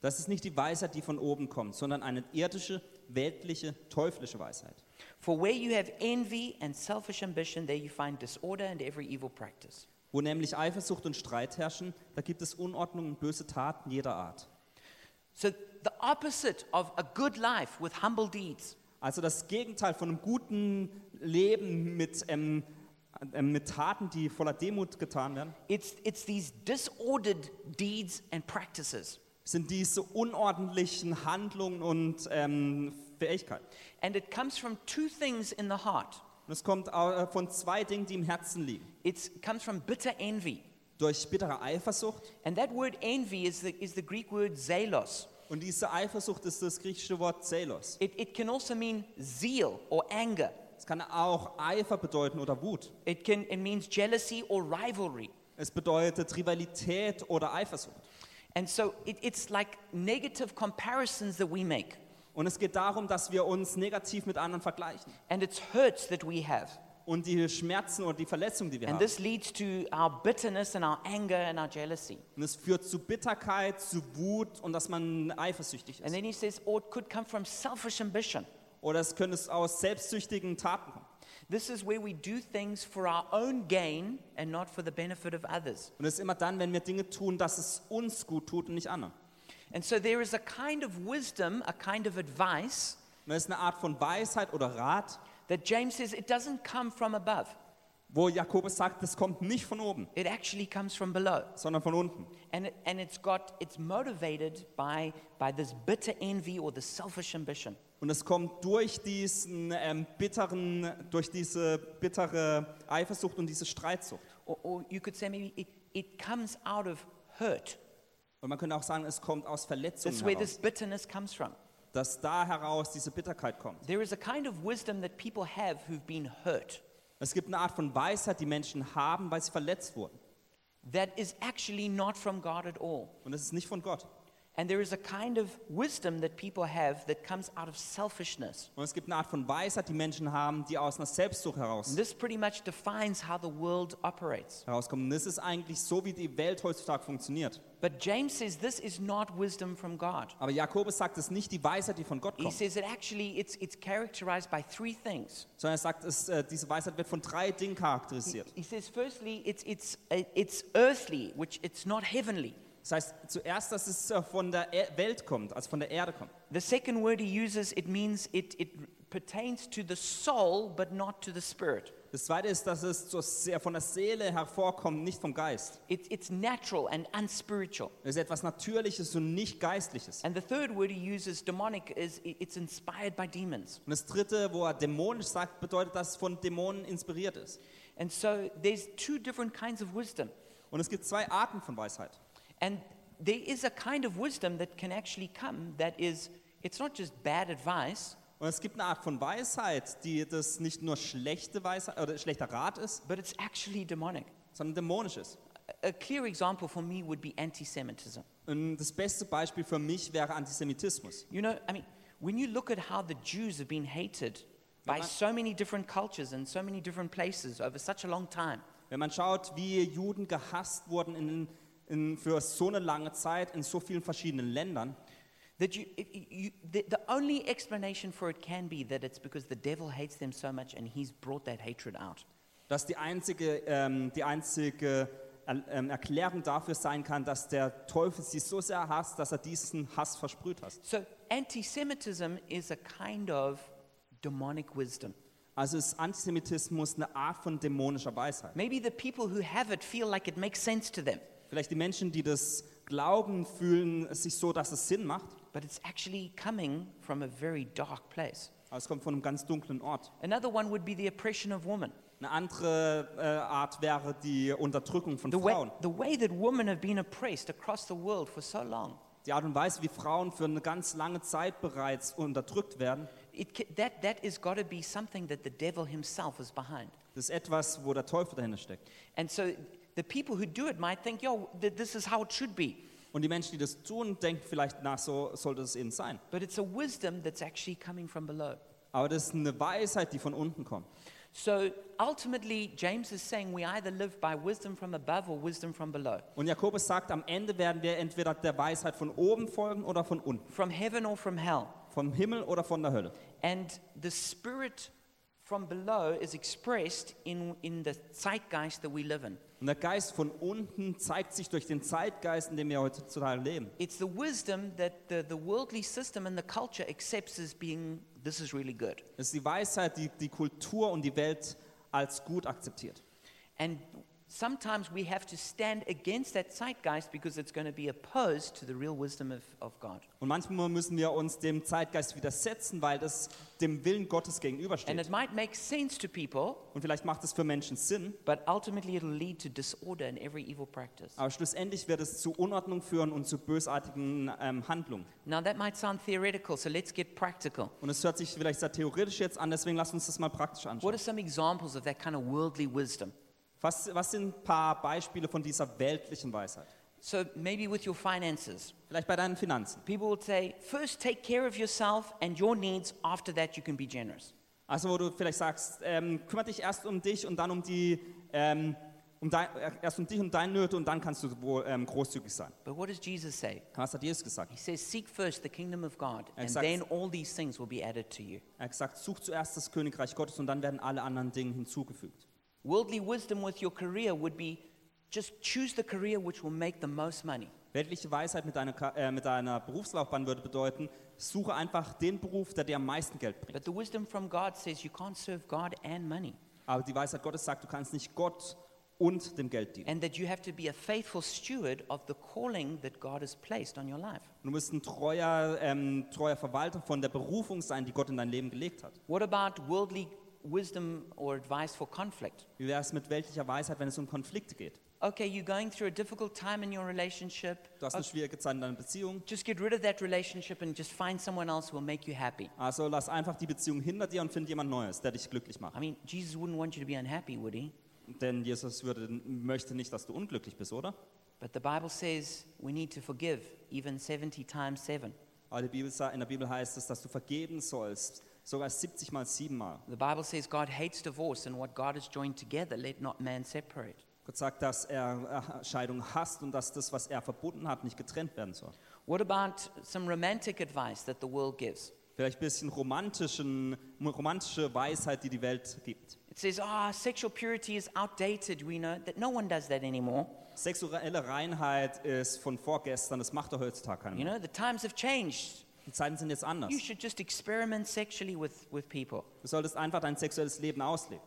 Speaker 2: Das ist nicht die Weisheit, die von oben kommt, sondern eine irdische, weltliche, teuflische Weisheit.
Speaker 1: For where you have envy and selfish ambition, there you find disorder and every evil practice.
Speaker 2: Wo nämlich Eifersucht und Streit herrschen, da gibt es Unordnung und böse Taten jeder Art.
Speaker 1: So the opposite of a good life with humble deeds
Speaker 2: Also das Gegenteil von einem guten Leben mit, ähm, ähm, mit Taten, die voller Demut getan werden,
Speaker 1: It's, it's these disordered deeds and practices.
Speaker 2: sind diese unordentlichen Handlungen und ähm, Fähigkeiten.
Speaker 1: And it comes from two things in the heart.
Speaker 2: Und es kommt äh, von zwei Dingen, die im Herzen liegen.
Speaker 1: It's, it comes from bitter envy.
Speaker 2: Durch bittere Eifersucht.
Speaker 1: And that word envy is the, is the Greek word zelos.
Speaker 2: Und diese Eifersucht ist das griechische Wort Zelos.
Speaker 1: It, it can also mean zeal or anger.
Speaker 2: Es kann auch Eifer bedeuten oder Wut.
Speaker 1: It, can, it means jealousy or rivalry.
Speaker 2: Es bedeutet Rivalität oder Eifersucht.
Speaker 1: And so it, it's like negative comparisons that we make,
Speaker 2: Und es geht darum, dass wir uns negativ mit anderen vergleichen.
Speaker 1: and it's hurts that we have.
Speaker 2: Und die Schmerzen oder die Verletzungen, die wir
Speaker 1: And
Speaker 2: haben.
Speaker 1: this leads to our bitterness and our anger and our jealousy.
Speaker 2: Und es führt zu Bitterkeit, zu Wut und dass man eifersüchtig
Speaker 1: And
Speaker 2: ist.
Speaker 1: then he says, or it could come from selfish ambition.
Speaker 2: Oder es könnte es aus selbstsüchtigen Taten kommen.
Speaker 1: This is where we do things for our own gain and not for the benefit of others.
Speaker 2: Und es ist immer dann, wenn wir Dinge tun, dass es uns gut tut und nicht anderen.
Speaker 1: And so there is a kind of wisdom, a kind of advice
Speaker 2: Und das ist eine Art von Weisheit oder Rat,
Speaker 1: that James says it doesn't come from above,
Speaker 2: wo Jakobus sagt, das kommt nicht von oben,
Speaker 1: it actually comes from below.
Speaker 2: sondern von unten.
Speaker 1: And, it, and it's got, it's motivated by, by this bitter envy or the selfish ambition.
Speaker 2: Und es kommt durch diesen ähm, bitteren, durch diese bittere Eifersucht und diese Streitsucht.
Speaker 1: Or, or you could say maybe it, it comes out of hurt.
Speaker 2: Und man könnte auch sagen, es kommt aus Verletzungen
Speaker 1: That's where
Speaker 2: heraus,
Speaker 1: this bitterness comes from.
Speaker 2: dass da heraus diese Bitterkeit kommt.
Speaker 1: There is a kind of wisdom that people have who've been hurt
Speaker 2: Es gibt eine Art von Weisheit, die Menschen haben, weil sie verletzt wurden.
Speaker 1: that is actually not from God at all.
Speaker 2: Und das ist nicht von Gott.
Speaker 1: And there is a kind of wisdom that people have that comes out of selfishness.
Speaker 2: Und es gibt eine Art von Weisheit, die Menschen haben, die aus einer Selbstsucht
Speaker 1: And
Speaker 2: heraus
Speaker 1: this pretty much defines how the world operates.
Speaker 2: herauskommt. Und das ist eigentlich so, wie die Welt heutzutage funktioniert.
Speaker 1: But James says this is not wisdom from God.
Speaker 2: Aber Jakobus sagt, es ist nicht die Weisheit, die von Gott
Speaker 1: He
Speaker 2: kommt,
Speaker 1: says that actually it's, it's characterized by three things.
Speaker 2: sondern er sagt, es, äh, diese Weisheit wird von drei Dingen charakterisiert.
Speaker 1: He says, firstly, it's, it's, uh, it's earthly, which it's not heavenly.
Speaker 2: Das heißt, zuerst, dass es äh, von der er Welt kommt, also von der Erde kommt.
Speaker 1: The second word he uses, it means it, it pertains to the soul, but not to the spirit.
Speaker 2: Das zweite ist, dass es zur Se von der Seele hervorkommt, nicht vom Geist.
Speaker 1: It, it's natural and unspiritual.
Speaker 2: Es ist etwas Natürliches und nicht Geistliches.
Speaker 1: And the third word he uses, demonic, is i- it's inspired by demons.
Speaker 2: Und das dritte, wo er dämonisch sagt, bedeutet, dass es von Dämonen inspiriert ist.
Speaker 1: And so there's two different kinds of wisdom.
Speaker 2: Und es gibt zwei Arten von Weisheit.
Speaker 1: And there is a kind of wisdom that can actually come that is, it's not just bad advice,
Speaker 2: Und es gibt eine Art von Weisheit, die das nicht nur schlechte Weisheit oder schlechter Rat ist,
Speaker 1: but it's actually demonic.
Speaker 2: sondern dämonisch ist.
Speaker 1: A- A clear example for me would be anti Semitism.
Speaker 2: Und das beste Beispiel für mich wäre Antisemitismus.
Speaker 1: You know, I mean, when you look at how the Jews have been hated by
Speaker 2: man-
Speaker 1: so many different cultures and so many different places over such a long time,
Speaker 2: Wenn man schaut, wie Juden gehasst wurden in, in, für so eine lange Zeit in so vielen verschiedenen Ländern,
Speaker 1: that you, it- it- you the, the only explanation for it can be that it's because the devil hates them so much and he's brought that hatred out.
Speaker 2: dass die einzige, ähm, die einzige Er- ähm, Erklärung dafür sein kann, dass der Teufel sie so sehr hasst, dass er diesen Hass versprüht hat.
Speaker 1: So, anti Semitism is a kind of demonic wisdom.
Speaker 2: Also ist Antisemitismus eine Art von dämonischer Weisheit.
Speaker 1: Maybe the people who have it feel like it makes sense to them,
Speaker 2: Vielleicht die Menschen, die das glauben, fühlen es sich so, dass es Sinn macht,
Speaker 1: but it's actually coming from a very dark place.
Speaker 2: aber es kommt von einem ganz dunklen Ort.
Speaker 1: Another one would be the oppression of women.
Speaker 2: Eine andere äh, Art wäre die Unterdrückung von
Speaker 1: The way,
Speaker 2: Frauen.
Speaker 1: the way that women have been oppressed across the world for so long,
Speaker 2: Die Art und Weise, wie Frauen für eine ganz lange Zeit bereits unterdrückt werden,
Speaker 1: it, ca- that, that has got to be something that the devil himself is behind.
Speaker 2: das ist etwas, wo der Teufel dahinter steckt.
Speaker 1: And so the people who do it might think, yo, th- this is how it should be.
Speaker 2: Und die Menschen, die das tun, denken vielleicht, na, so sollte es eben sein.
Speaker 1: But it's a wisdom that's actually coming from below.
Speaker 2: Aber das ist eine Weisheit, die von unten kommt.
Speaker 1: So ultimately, James is saying we either live by wisdom from above or wisdom from below,
Speaker 2: Und Jakobus sagt, am Ende werden wir entweder der Weisheit von oben folgen oder von unten,
Speaker 1: from heaven or from hell.
Speaker 2: vom Himmel oder von der Hölle.
Speaker 1: And the spirit from below is expressed in, in the zeitgeist that we live in.
Speaker 2: Und der Geist von unten zeigt sich durch den Zeitgeist, in dem wir heutzutage leben.
Speaker 1: It's the wisdom that the, the worldly system and the culture accepts as being this is really good.
Speaker 2: Es ist die Weisheit, die die Kultur und die Welt als gut akzeptiert.
Speaker 1: And Sometimes we have to stand against that zeitgeist because it's going to be opposed to the real wisdom of, of God.
Speaker 2: Und manchmal müssen wir uns dem Zeitgeist widersetzen, weil das dem Willen Gottes
Speaker 1: And
Speaker 2: gegenübersteht.
Speaker 1: it might make sense to people,
Speaker 2: Und vielleicht macht es für Menschen Sinn,
Speaker 1: but ultimately it'll lead to disorder and every evil practice.
Speaker 2: aber schlussendlich wird es zu Unordnung führen und zu bösartigen ähm, Handlungen.
Speaker 1: Now, that might sound theoretical, so let's get practical.
Speaker 2: Und es hört sich vielleicht sehr theoretisch jetzt an, deswegen lasst uns das mal praktisch
Speaker 1: What
Speaker 2: anschauen.
Speaker 1: are some examples of that kind of worldly wisdom?
Speaker 2: Was, was sind ein paar Beispiele von dieser weltlichen Weisheit?
Speaker 1: So, maybe with your finances,
Speaker 2: Vielleicht bei deinen Finanzen.
Speaker 1: people will say, first take care of yourself and your needs, after that, you can be generous.
Speaker 2: Also wo du vielleicht sagst, ähm, kümmere dich erst um dich und dann um die, ähm, um dein, äh, erst um dich und deine Nöte und dann kannst du wohl ähm, großzügig sein.
Speaker 1: But what does Jesus say?
Speaker 2: Aber Was hat Jesus gesagt?
Speaker 1: He says, Seek first the kingdom of God, and
Speaker 2: Exact.
Speaker 1: then all these things will be added to you.
Speaker 2: Er hat gesagt, such zuerst das Königreich Gottes und dann werden alle anderen Dinge hinzugefügt.
Speaker 1: Worldly wisdom with your career would be just choose the career which will make the most money.
Speaker 2: Weltliche Weisheit mit deiner, Ka- äh, mit deiner Berufslaufbahn würde bedeuten, suche einfach den Beruf, der dir am meisten Geld bringt.
Speaker 1: But the wisdom from God says you can't serve God and money,
Speaker 2: Aber die Weisheit Gottes sagt, du kannst nicht Gott und dem Geld dienen.
Speaker 1: and that you have to be a faithful steward of the calling that God has placed on your life.
Speaker 2: Du musst ein treuer, ähm, treuer Verwalter von der Berufung sein, die Gott in dein Leben gelegt hat.
Speaker 1: What about worldly wisdom or advice for conflict?
Speaker 2: Wie wäre es mit weltlicher Weisheit, wenn es um Konflikte geht?
Speaker 1: Okay, you're going through a difficult time in your relationship.
Speaker 2: Du hast eine
Speaker 1: Okay,
Speaker 2: schwierige Zeit in deiner Beziehung,
Speaker 1: just get rid of that relationship and just find someone else who will make you happy.
Speaker 2: also lass einfach die Beziehung hinter dir und find jemand Neues, der dich glücklich macht.
Speaker 1: I mean, Jesus wouldn't want you to be unhappy, would he?
Speaker 2: Denn Jesus würde, möchte nicht, dass du unglücklich bist, oder?
Speaker 1: But the Bible says we need to forgive even 70 times 7.
Speaker 2: Aber die Bibel, sa- in der Bibel heißt es, dass du vergeben sollst, sogar 70 mal 7 mal.
Speaker 1: The Bible says God hates divorce, and what God has joined together, let not man separate.
Speaker 2: Gott sagt, dass er äh, Scheidung hasst und dass das, was er verbunden hat, nicht getrennt werden soll.
Speaker 1: What about some romantic advice that the world gives?
Speaker 2: Vielleicht ein bisschen romantischen, romantische Weisheit, die die Welt gibt.
Speaker 1: It says, ah, sexual purity is outdated. We know that no one does that anymore.
Speaker 2: Sexuelle Reinheit ist von vorgestern, das macht doch heutzutage keiner
Speaker 1: You
Speaker 2: mehr.
Speaker 1: know, the times have changed.
Speaker 2: Die Zeiten sind jetzt anders.
Speaker 1: You should just experiment sexually with, with people.
Speaker 2: Du solltest einfach dein sexuelles Leben ausleben.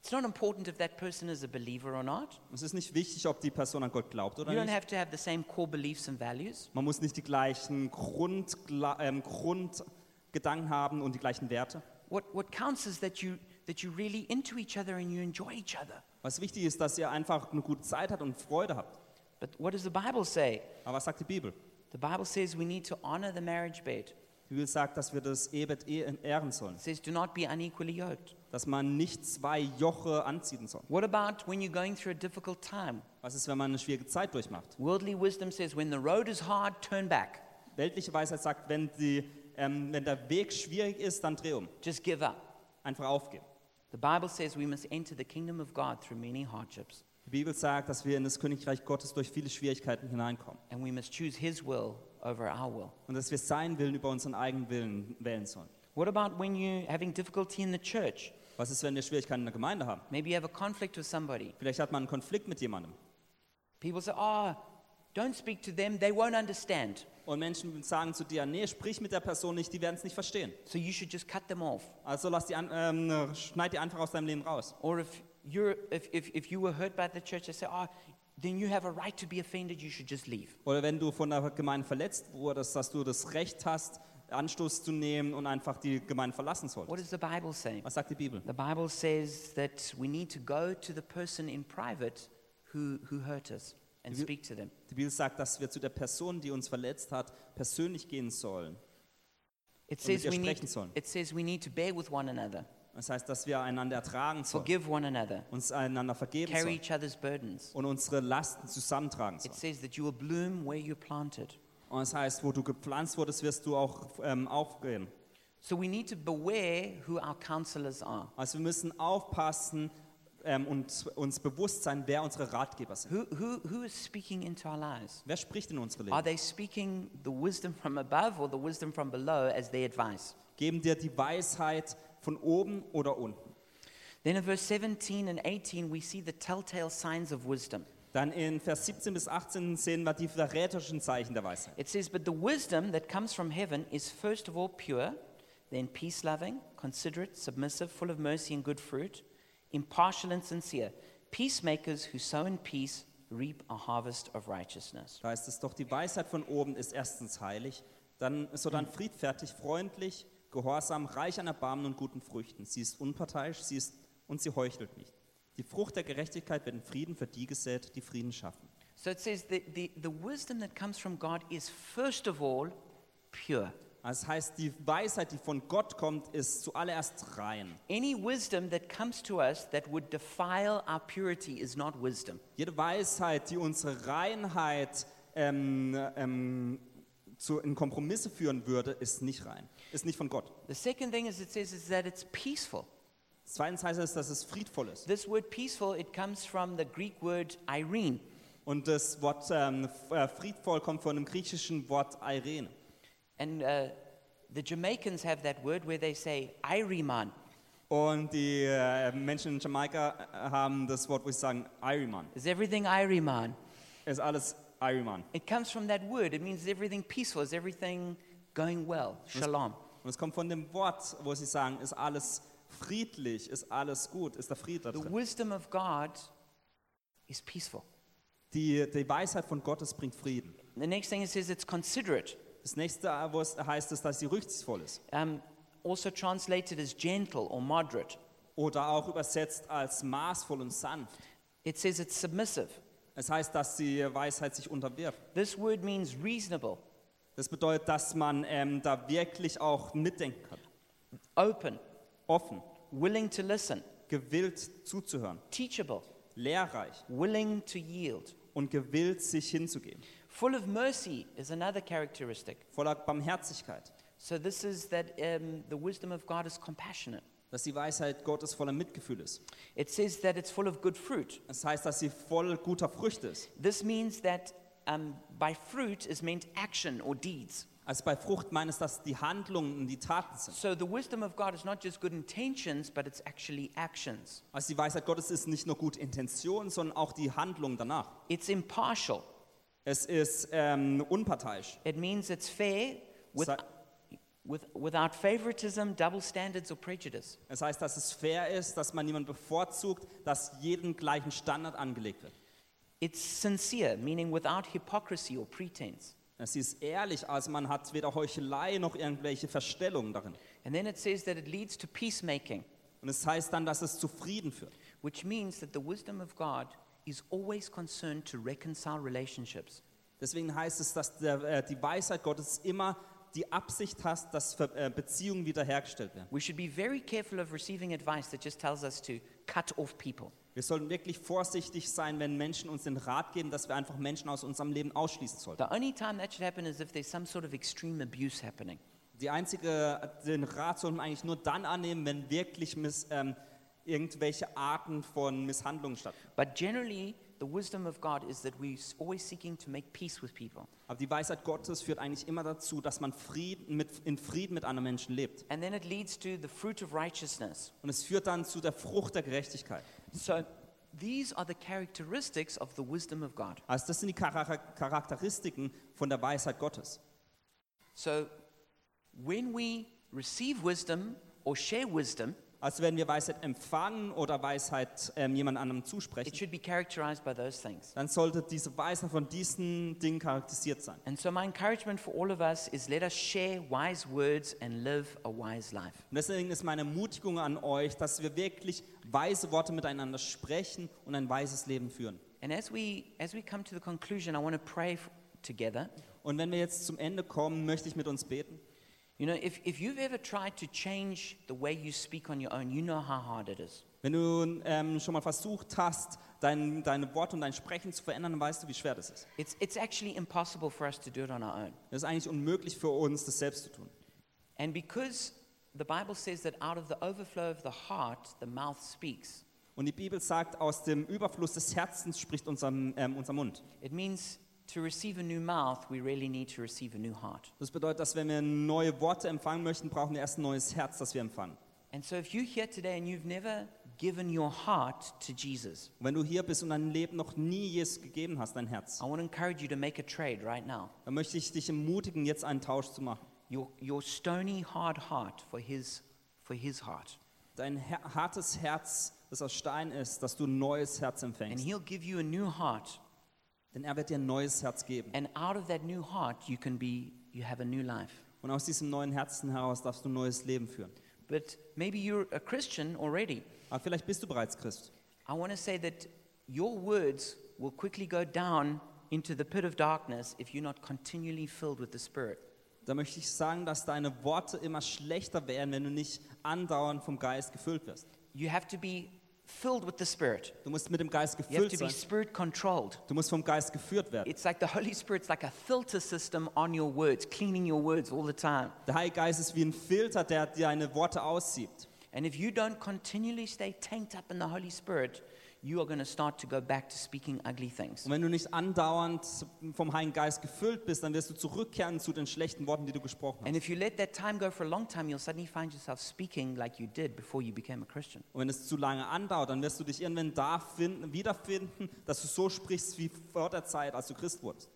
Speaker 1: It's not important if that person is a believer or not.
Speaker 2: Es ist nicht wichtig, ob die Person an Gott glaubt
Speaker 1: You
Speaker 2: oder
Speaker 1: don't
Speaker 2: nicht.
Speaker 1: have to have the same core beliefs and values.
Speaker 2: Man muss nicht die gleichen Grund, ähm, Grundgedanken haben und die gleichen Werte.
Speaker 1: What, what counts is that you, that you're really into each other and you enjoy each other.
Speaker 2: Was wichtig ist, dass ihr einfach eine gute Zeit habt und Freude habt.
Speaker 1: But what does the Bible say?
Speaker 2: Aber was sagt die Bibel?
Speaker 1: The Bible says we need to honor the marriage bed.
Speaker 2: Die Bibel sagt, dass wir das Ehebett eh- ehren sollen,
Speaker 1: It says, do not be unequally yoked.
Speaker 2: dass man nicht zwei Joche anziehen soll.
Speaker 1: What about when you're going through a difficult time?
Speaker 2: Was ist, wenn man eine schwierige Zeit durchmacht?
Speaker 1: Worldly wisdom says, when the road is hard, turn back.
Speaker 2: Weltliche Weisheit sagt, wenn, die, ähm, wenn der Weg schwierig ist, dann dreh um.
Speaker 1: Just give up.
Speaker 2: Einfach aufgeben.
Speaker 1: The Bible says we must enter the kingdom of God through many hardships,
Speaker 2: Die Bibel sagt, dass wir in das Königreich Gottes durch viele Schwierigkeiten hineinkommen
Speaker 1: and we must choose His will over our will.
Speaker 2: und dass wir seinen Willen über unseren eigenen Willen wählen sollen.
Speaker 1: What about when you're having difficulty in the church?
Speaker 2: Was ist, wenn wir Schwierigkeiten in der Gemeinde haben?
Speaker 1: Maybe you have a conflict with somebody.
Speaker 2: Vielleicht hat man einen Konflikt mit jemandem.
Speaker 1: People say, ah, don't speak to them, they won't understand.
Speaker 2: Und Menschen sagen zu dir, nee, sprich mit der Person nicht, die werden es nicht verstehen.
Speaker 1: So you should just cut them off.
Speaker 2: Also lass die an, ähm, schneid die einfach aus deinem Leben raus.
Speaker 1: Or if you're if, if, if you were hurt by the church, they say, oh, then you have a right to be offended, you should just leave.
Speaker 2: Oder wenn du von der Gemeinde verletzt wurdest, dass du das Recht hast, Anstoß zu nehmen und einfach die Gemeinde verlassen solltest.
Speaker 1: What does the Bible say?
Speaker 2: Was sagt die Bibel?
Speaker 1: The Bible says that we need to go to the person in private who, who hurt us and
Speaker 2: You-
Speaker 1: speak to them.
Speaker 2: Die Bibel sagt, dass wir zu der Person, die uns verletzt hat, persönlich gehen sollen.
Speaker 1: It
Speaker 2: Und mit
Speaker 1: says,
Speaker 2: ihr
Speaker 1: we need,
Speaker 2: sprechen sollen.
Speaker 1: it says we need to bear with one another,
Speaker 2: Das heißt, dass wir einander ertragen sollen,
Speaker 1: forgive one another,
Speaker 2: uns einander vergeben
Speaker 1: carry
Speaker 2: sollen
Speaker 1: each other's burdens.
Speaker 2: und unsere Lasten zusammentragen
Speaker 1: It
Speaker 2: sollen.
Speaker 1: says that you will bloom where you're planted.
Speaker 2: Und das heißt, wo du gepflanzt wurdest, wirst du auch ähm, aufgehen.
Speaker 1: So we need to beware who our counselors are.
Speaker 2: Also wir müssen aufpassen ähm, und uns bewusst sein, wer unsere Ratgeber sind.
Speaker 1: Who, who, who is speaking into our lives?
Speaker 2: Wer spricht in unsere
Speaker 1: Are
Speaker 2: Leben?
Speaker 1: they speaking the wisdom from above or the wisdom from below as their advice?
Speaker 2: Geben dir die Weisheit von oben oder unten.
Speaker 1: Then in verse 17 and 18, we see the telltale signs of wisdom.
Speaker 2: Dann in Vers 17 bis 18 sehen wir die verräterischen Zeichen der Weisheit.
Speaker 1: It says, But the wisdom that comes from heaven is first of all pure, then peace loving, considerate, submissive, full of mercy and good fruit, impartial and sincere, Peacemakers who sow in peace reap a harvest of righteousness.
Speaker 2: Da heißt es doch, die Weisheit von oben ist erstens heilig, dann sodann friedfertig, freundlich, gehorsam, reich an Erbarmen und guten Früchten. Sie ist unparteiisch, sie ist und sie heuchelt nicht. Die Frucht der Gerechtigkeit wird in Frieden für die gesät, die Frieden schaffen.
Speaker 1: So it says that the, the wisdom that comes from God is first of all pure.
Speaker 2: Also das heißt, die Weisheit, die von Gott kommt, ist zuallererst rein.
Speaker 1: Any wisdom that comes to us that would defile our purity is not wisdom.
Speaker 2: Jede Weisheit, die unsere Reinheit ähm, ähm, zu, in Kompromisse führen würde, ist nicht rein, ist nicht von Gott.
Speaker 1: The second thing is it says is that it's peaceful.
Speaker 2: Zweitens heißt es, dass es friedvoll ist.
Speaker 1: This word peaceful, it comes from the Greek word irene.
Speaker 2: Und das Wort ähm, f- äh, friedvoll kommt von dem griechischen Wort Irene.
Speaker 1: And uh, the Jamaicans have that word where they say Iriman.
Speaker 2: Und die äh, Menschen in Jamaika äh, haben das Wort, wo sie sagen, Iryman.
Speaker 1: Is everything Iriman?
Speaker 2: Ist alles Iryman.
Speaker 1: It comes from that word. It means everything peaceful. Is everything going well? Shalom.
Speaker 2: Und es kommt von dem Wort, wo sie sagen, ist alles friedlich, ist alles gut, ist der Friede da
Speaker 1: The
Speaker 2: drin.
Speaker 1: wisdom of God is peaceful.
Speaker 2: Die, die Weisheit von Gottes bringt Frieden.
Speaker 1: The next thing it says it's considerate,
Speaker 2: Das nächste, äh, wo es heißt, ist, dass sie rücksichtsvoll ist.
Speaker 1: um, also translated as gentle or moderate.
Speaker 2: Oder auch übersetzt als maßvoll und sanft.
Speaker 1: It says it's submissive.
Speaker 2: Es heißt, dass die Weisheit sich unterwirft.
Speaker 1: This word means reasonable,
Speaker 2: Das bedeutet, dass man ähm, da wirklich auch mitdenken kann.
Speaker 1: open,
Speaker 2: Offen,
Speaker 1: willing to listen,
Speaker 2: gewillt zuzuhören,
Speaker 1: teachable,
Speaker 2: lehrreich
Speaker 1: willing to yield.
Speaker 2: und gewillt sich hinzugeben.
Speaker 1: Full of mercy is another characteristic.
Speaker 2: Voller Barmherzigkeit.
Speaker 1: So this is that um, the wisdom of God is compassionate.
Speaker 2: Dass die Weisheit Gottes voller Mitgefühl ist.
Speaker 1: It says that it's full of good fruit.
Speaker 2: Das heißt, dass sie voll guter Früchte ist.
Speaker 1: This means that um, by fruit is meant action or deeds.
Speaker 2: Also bei Frucht meine ich, dass die Handlungen und die Taten sind.
Speaker 1: So the wisdom of God is not just good intentions, but it's actually actions.
Speaker 2: Also die Weisheit Gottes ist nicht nur gute Intention, sondern auch die Handlung danach.
Speaker 1: It's impartial.
Speaker 2: Es ist ähm, unparteiisch.
Speaker 1: It means it's fair with,
Speaker 2: Sa-
Speaker 1: with, without favoritism, double standards, or prejudice.
Speaker 2: Es heißt, dass es fair ist, dass man niemanden bevorzugt, dass jedem gleichen Standard angelegt wird.
Speaker 1: It's sincere, meaning without hypocrisy or pretense.
Speaker 2: Es ist ehrlich, also man hat weder Heuchelei noch irgendwelche Verstellungen darin.
Speaker 1: And then it says that it leads to peacemaking,
Speaker 2: Und es heißt dann, dass es zu Frieden führt.
Speaker 1: which means that the wisdom of God is always concerned to reconcile relationships.
Speaker 2: Deswegen heißt es, dass der, äh, die Weisheit Gottes immer die Absicht hat, dass Ver- äh, Beziehungen wiederhergestellt werden.
Speaker 1: We should be very careful of receiving advice that just tells us to cut off people.
Speaker 2: Wir sollten wirklich vorsichtig sein, wenn Menschen uns den Rat geben, dass wir einfach Menschen aus unserem Leben ausschließen sollten.
Speaker 1: The only time that should happen is if there's some sort of extreme abuse happening.
Speaker 2: Die einzige, den Rat sollten wir eigentlich nur dann annehmen, wenn wirklich miss, ähm, irgendwelche Arten von Misshandlungen stattfinden.
Speaker 1: But generally, the wisdom of God is that we're s- always seeking to make peace with people.
Speaker 2: Aber die Weisheit Gottes führt eigentlich immer dazu, dass man Frieden mit, in Frieden mit anderen Menschen lebt.
Speaker 1: And then it leads to the fruit of righteousness.
Speaker 2: Und es führt dann zu der Frucht der Gerechtigkeit.
Speaker 1: So these are the characteristics of the wisdom of God.
Speaker 2: Also das sind die Chara- Charakteristiken von der Weisheit Gottes.
Speaker 1: So when we receive wisdom or share wisdom,
Speaker 2: Also wenn wir Weisheit empfangen oder Weisheit ähm, jemand anderem zusprechen,
Speaker 1: it should be characterized by those things.
Speaker 2: dann sollte diese Weisheit von diesen Dingen charakterisiert sein.
Speaker 1: And so my encouragement for all of us is let us share wise words and live a wise life.
Speaker 2: Und deswegen ist meine Ermutigung an euch, dass wir wirklich weise Worte miteinander sprechen und ein weises Leben führen.
Speaker 1: And as we as we come to the conclusion, I want to pray f- together.
Speaker 2: Und wenn wir jetzt zum Ende kommen, möchte ich mit uns beten.
Speaker 1: You know, if, if you've ever tried to change the way you speak on your own, you know how hard it is.
Speaker 2: Wenn du ähm, schon mal versucht hast, dein, deine Worte und dein Sprechen zu verändern, dann weißt du, wie schwer das ist.
Speaker 1: It's, it's actually impossible for us to do it on our own.
Speaker 2: Es ist eigentlich unmöglich für uns, das selbst zu tun.
Speaker 1: And because the Bible says that out of the overflow of the heart, the mouth speaks,
Speaker 2: Und die Bibel sagt, aus dem Überfluss des Herzens spricht unser, ähm, unser Mund.
Speaker 1: it means to receive a new mouth, we really need to receive a new heart.
Speaker 2: Das bedeutet, dass wenn wir neue Worte empfangen möchten, brauchen wir erst ein neues Herz, das wir empfangen.
Speaker 1: And so if you're here today and you've never given your heart to Jesus,
Speaker 2: Und wenn du hier bist und dein Leben noch nie Jesus gegeben hast, dein Herz,
Speaker 1: I want to encourage you to make a trade right now.
Speaker 2: dann möchte ich dich ermutigen, jetzt einen Tausch zu machen.
Speaker 1: Your, your stony, hard heart for his, for his heart.
Speaker 2: Dein her hartes Herz das aus Stein ist, dass du ein neues Herz
Speaker 1: and
Speaker 2: empfängst.
Speaker 1: He'll give you a new heart.
Speaker 2: Denn er wird dir ein neues Herz geben.
Speaker 1: And out of that new heart, you can be, you have a new life.
Speaker 2: Und aus diesem neuen Herzen heraus darfst du ein neues Leben führen.
Speaker 1: But maybe you're a Christian already.
Speaker 2: Aber vielleicht bist du bereits Christ.
Speaker 1: I want to say that your words will quickly go down into the pit of darkness if you're not continually filled with the Spirit.
Speaker 2: Da möchte ich sagen, dass deine Worte immer schlechter werden, wenn du nicht andauernd vom Geist gefüllt wirst.
Speaker 1: You have to be filled with the Spirit.
Speaker 2: Du musst mit dem Geist
Speaker 1: You have
Speaker 2: gefüllt
Speaker 1: to be
Speaker 2: sein.
Speaker 1: spirit controlled.
Speaker 2: Du musst vom Geist geführt werden.
Speaker 1: It's like the Holy Spirit's like a filter system on your words, cleaning your words all the time.
Speaker 2: Der Heilige Geist ist wie ein Filter, der dir deine Worte aussiebt.
Speaker 1: And if you don't continually stay tanked up in the Holy Spirit, you are going to start to go back to speaking ugly things.
Speaker 2: Und wenn du nicht andauernd vom Heiligen Geist gefüllt bist, dann wirst du zurückkehren zu den schlechten Worten, die du gesprochen hast.
Speaker 1: And if you let that time go for a long time, you'll suddenly find yourself speaking like you did before you became a Christian.
Speaker 2: Und wenn es zu lange andauert, dann wirst du dich irgendwann da finden, wiederfinden, dass du so sprichst wie vor der Zeit, als du Christ wurdest.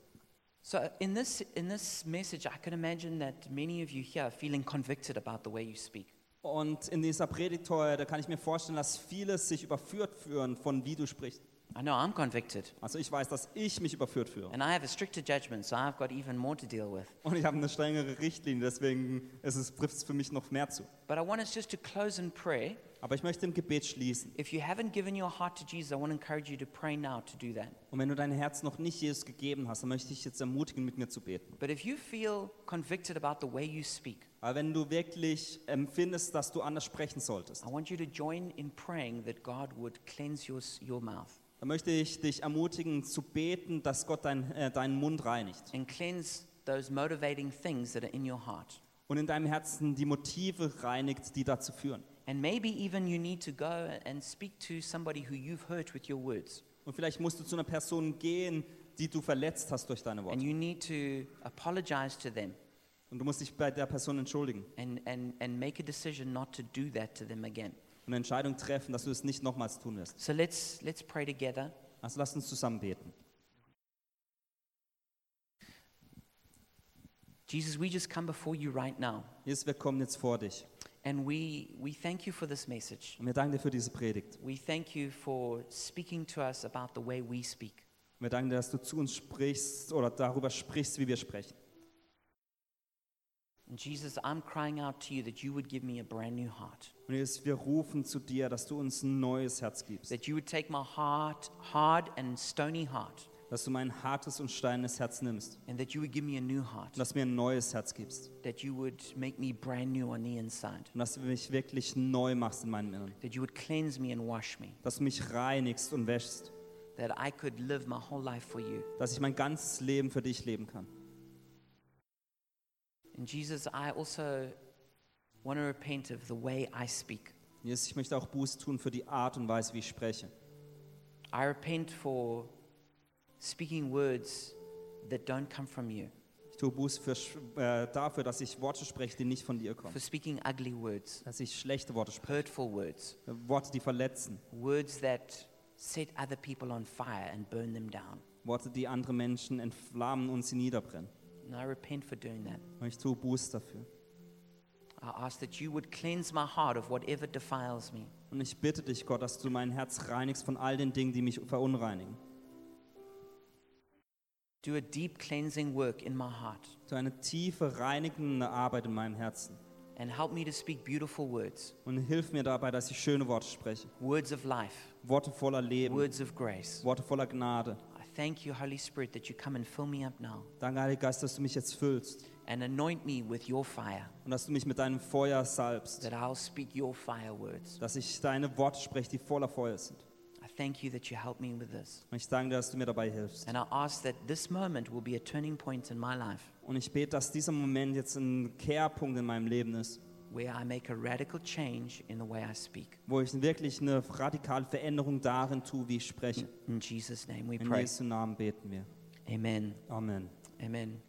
Speaker 1: So in this in this message, I can imagine that many of you here are feeling convicted about the way you speak.
Speaker 2: Und in dieser Predigt heute, da kann ich mir vorstellen, dass viele sich überführt fühlen von wie du sprichst.
Speaker 1: I know I'm convicted,
Speaker 2: Also ich weiß, dass ich mich überführt fühle.
Speaker 1: and I have a stricter judgment, so I've got even more to deal with.
Speaker 2: Und ich habe eine strengere Richtlinie, deswegen ist es, trifft es für mich noch mehr zu.
Speaker 1: But I want us just to close in prayer.
Speaker 2: Aber ich möchte im Gebet schließen.
Speaker 1: If you haven't given your heart to Jesus, I want to encourage you to pray now to do that.
Speaker 2: Und wenn du dein Herz noch nicht Jesus gegeben hast, dann möchte ich dich jetzt ermutigen, mit mir zu beten.
Speaker 1: But if you feel convicted about the way you speak,
Speaker 2: Aber wenn du wirklich empfindest, dass du anders sprechen solltest,
Speaker 1: I want you to join in praying that God would cleanse your, s- your mouth
Speaker 2: dann möchte ich dich ermutigen, zu beten, dass Gott dein, äh, deinen Mund reinigt
Speaker 1: and cleanse those motivating things that are in your heart.
Speaker 2: und in deinem Herzen die Motive reinigt, die dazu führen.
Speaker 1: And maybe even you need to go and speak to somebody who you've hurt with your words.
Speaker 2: Und vielleicht musst du zu einer Person gehen, die du verletzt hast durch deine
Speaker 1: And
Speaker 2: Worte.
Speaker 1: you need to apologize to them
Speaker 2: Und du musst dich bei der Person entschuldigen
Speaker 1: and, and, and make a decision not to do that to them again.
Speaker 2: und eine Entscheidung treffen, dass du es nicht nochmals tun wirst.
Speaker 1: So let's, let's pray together.
Speaker 2: Also lass uns zusammen beten.
Speaker 1: Jesus, we just come before you right now.
Speaker 2: Jesus, wir kommen jetzt vor dich.
Speaker 1: And we, we thank you for this message.
Speaker 2: Und wir danken dir für diese Predigt.
Speaker 1: We thank you for speaking to us about the way we speak.
Speaker 2: Und wir danken dir, dass du zu uns sprichst oder darüber sprichst, wie wir sprechen.
Speaker 1: And Jesus, I'm crying out to you that you would give me a brand new heart,
Speaker 2: Und Jesus, wir rufen zu dir, dass du uns ein neues Herz gibst.
Speaker 1: that you would take my heart, hard and stony heart,
Speaker 2: Dass du mein hartes und steinernes Herz nimmst.
Speaker 1: and that you would give me a new heart,
Speaker 2: Und dass du mir ein neues Herz gibst.
Speaker 1: that you would make me brand new on the inside,
Speaker 2: Und dass du mich wirklich neu machst in meinem Inneren.
Speaker 1: that you would cleanse me and wash me,
Speaker 2: Dass du mich reinigst und wäschst.
Speaker 1: that I could live my whole life for you.
Speaker 2: Dass ich mein ganzes Leben für dich leben kann.
Speaker 1: And Jesus, I also want to repent of the way I speak.
Speaker 2: Jesus, ich möchte auch Buße tun für die Art und Weise, wie ich spreche.
Speaker 1: I repent for speaking words that don't come from you,
Speaker 2: Ich tue Buße für, sch- äh, dafür, dass ich Worte spreche, die nicht von dir kommen.
Speaker 1: for speaking ugly words,
Speaker 2: Dass ich schlechte Worte spreche.
Speaker 1: hurtful words,
Speaker 2: Worte, die verletzen.
Speaker 1: words that set other people on fire and burn them down.
Speaker 2: Worte, die andere Menschen entflammen und sie niederbrennen.
Speaker 1: And I repent for doing that.
Speaker 2: Und ich tue Buße dafür.
Speaker 1: I ask that you would cleanse my heart of whatever defiles me,
Speaker 2: Und ich bitte dich, Gott, dass du mein Herz reinigst von all den Dingen, die mich verunreinigen.
Speaker 1: do a deep cleansing work in my heart,
Speaker 2: Tu eine tiefe, reinigende Arbeit in meinem Herzen.
Speaker 1: and help me to speak beautiful words
Speaker 2: Und hilf mir dabei, dass ich schöne Worte spreche.
Speaker 1: words of life,
Speaker 2: Worte voller Leben.
Speaker 1: words of grace.
Speaker 2: Worte voller Gnade.
Speaker 1: I thank you, Holy Spirit, that you come and fill me up now
Speaker 2: Danke, Heiliger Geist, dass du mich jetzt füllst.
Speaker 1: and anoint me with your fire.
Speaker 2: Und dass du mich mit deinem Feuer salbst.
Speaker 1: that I'll speak your fire words.
Speaker 2: Dass ich deine Worte spreche, die voller Feuer sind.
Speaker 1: I thank you that you help me with this.
Speaker 2: Und ich danke dir, dass du mir dabei hilfst.
Speaker 1: And I ask that this moment will be a turning point in my life
Speaker 2: Und ich bete, dass dieser Moment jetzt ein Kehrpunkt in meinem Leben ist,
Speaker 1: where I make a radical change in the way I speak.
Speaker 2: wo ich wirklich eine radikale Veränderung darin tue, wie ich spreche.
Speaker 1: In Jesus' name we
Speaker 2: In
Speaker 1: pray.
Speaker 2: Jesu Namen beten wir.
Speaker 1: Amen.
Speaker 2: Amen.
Speaker 1: Amen.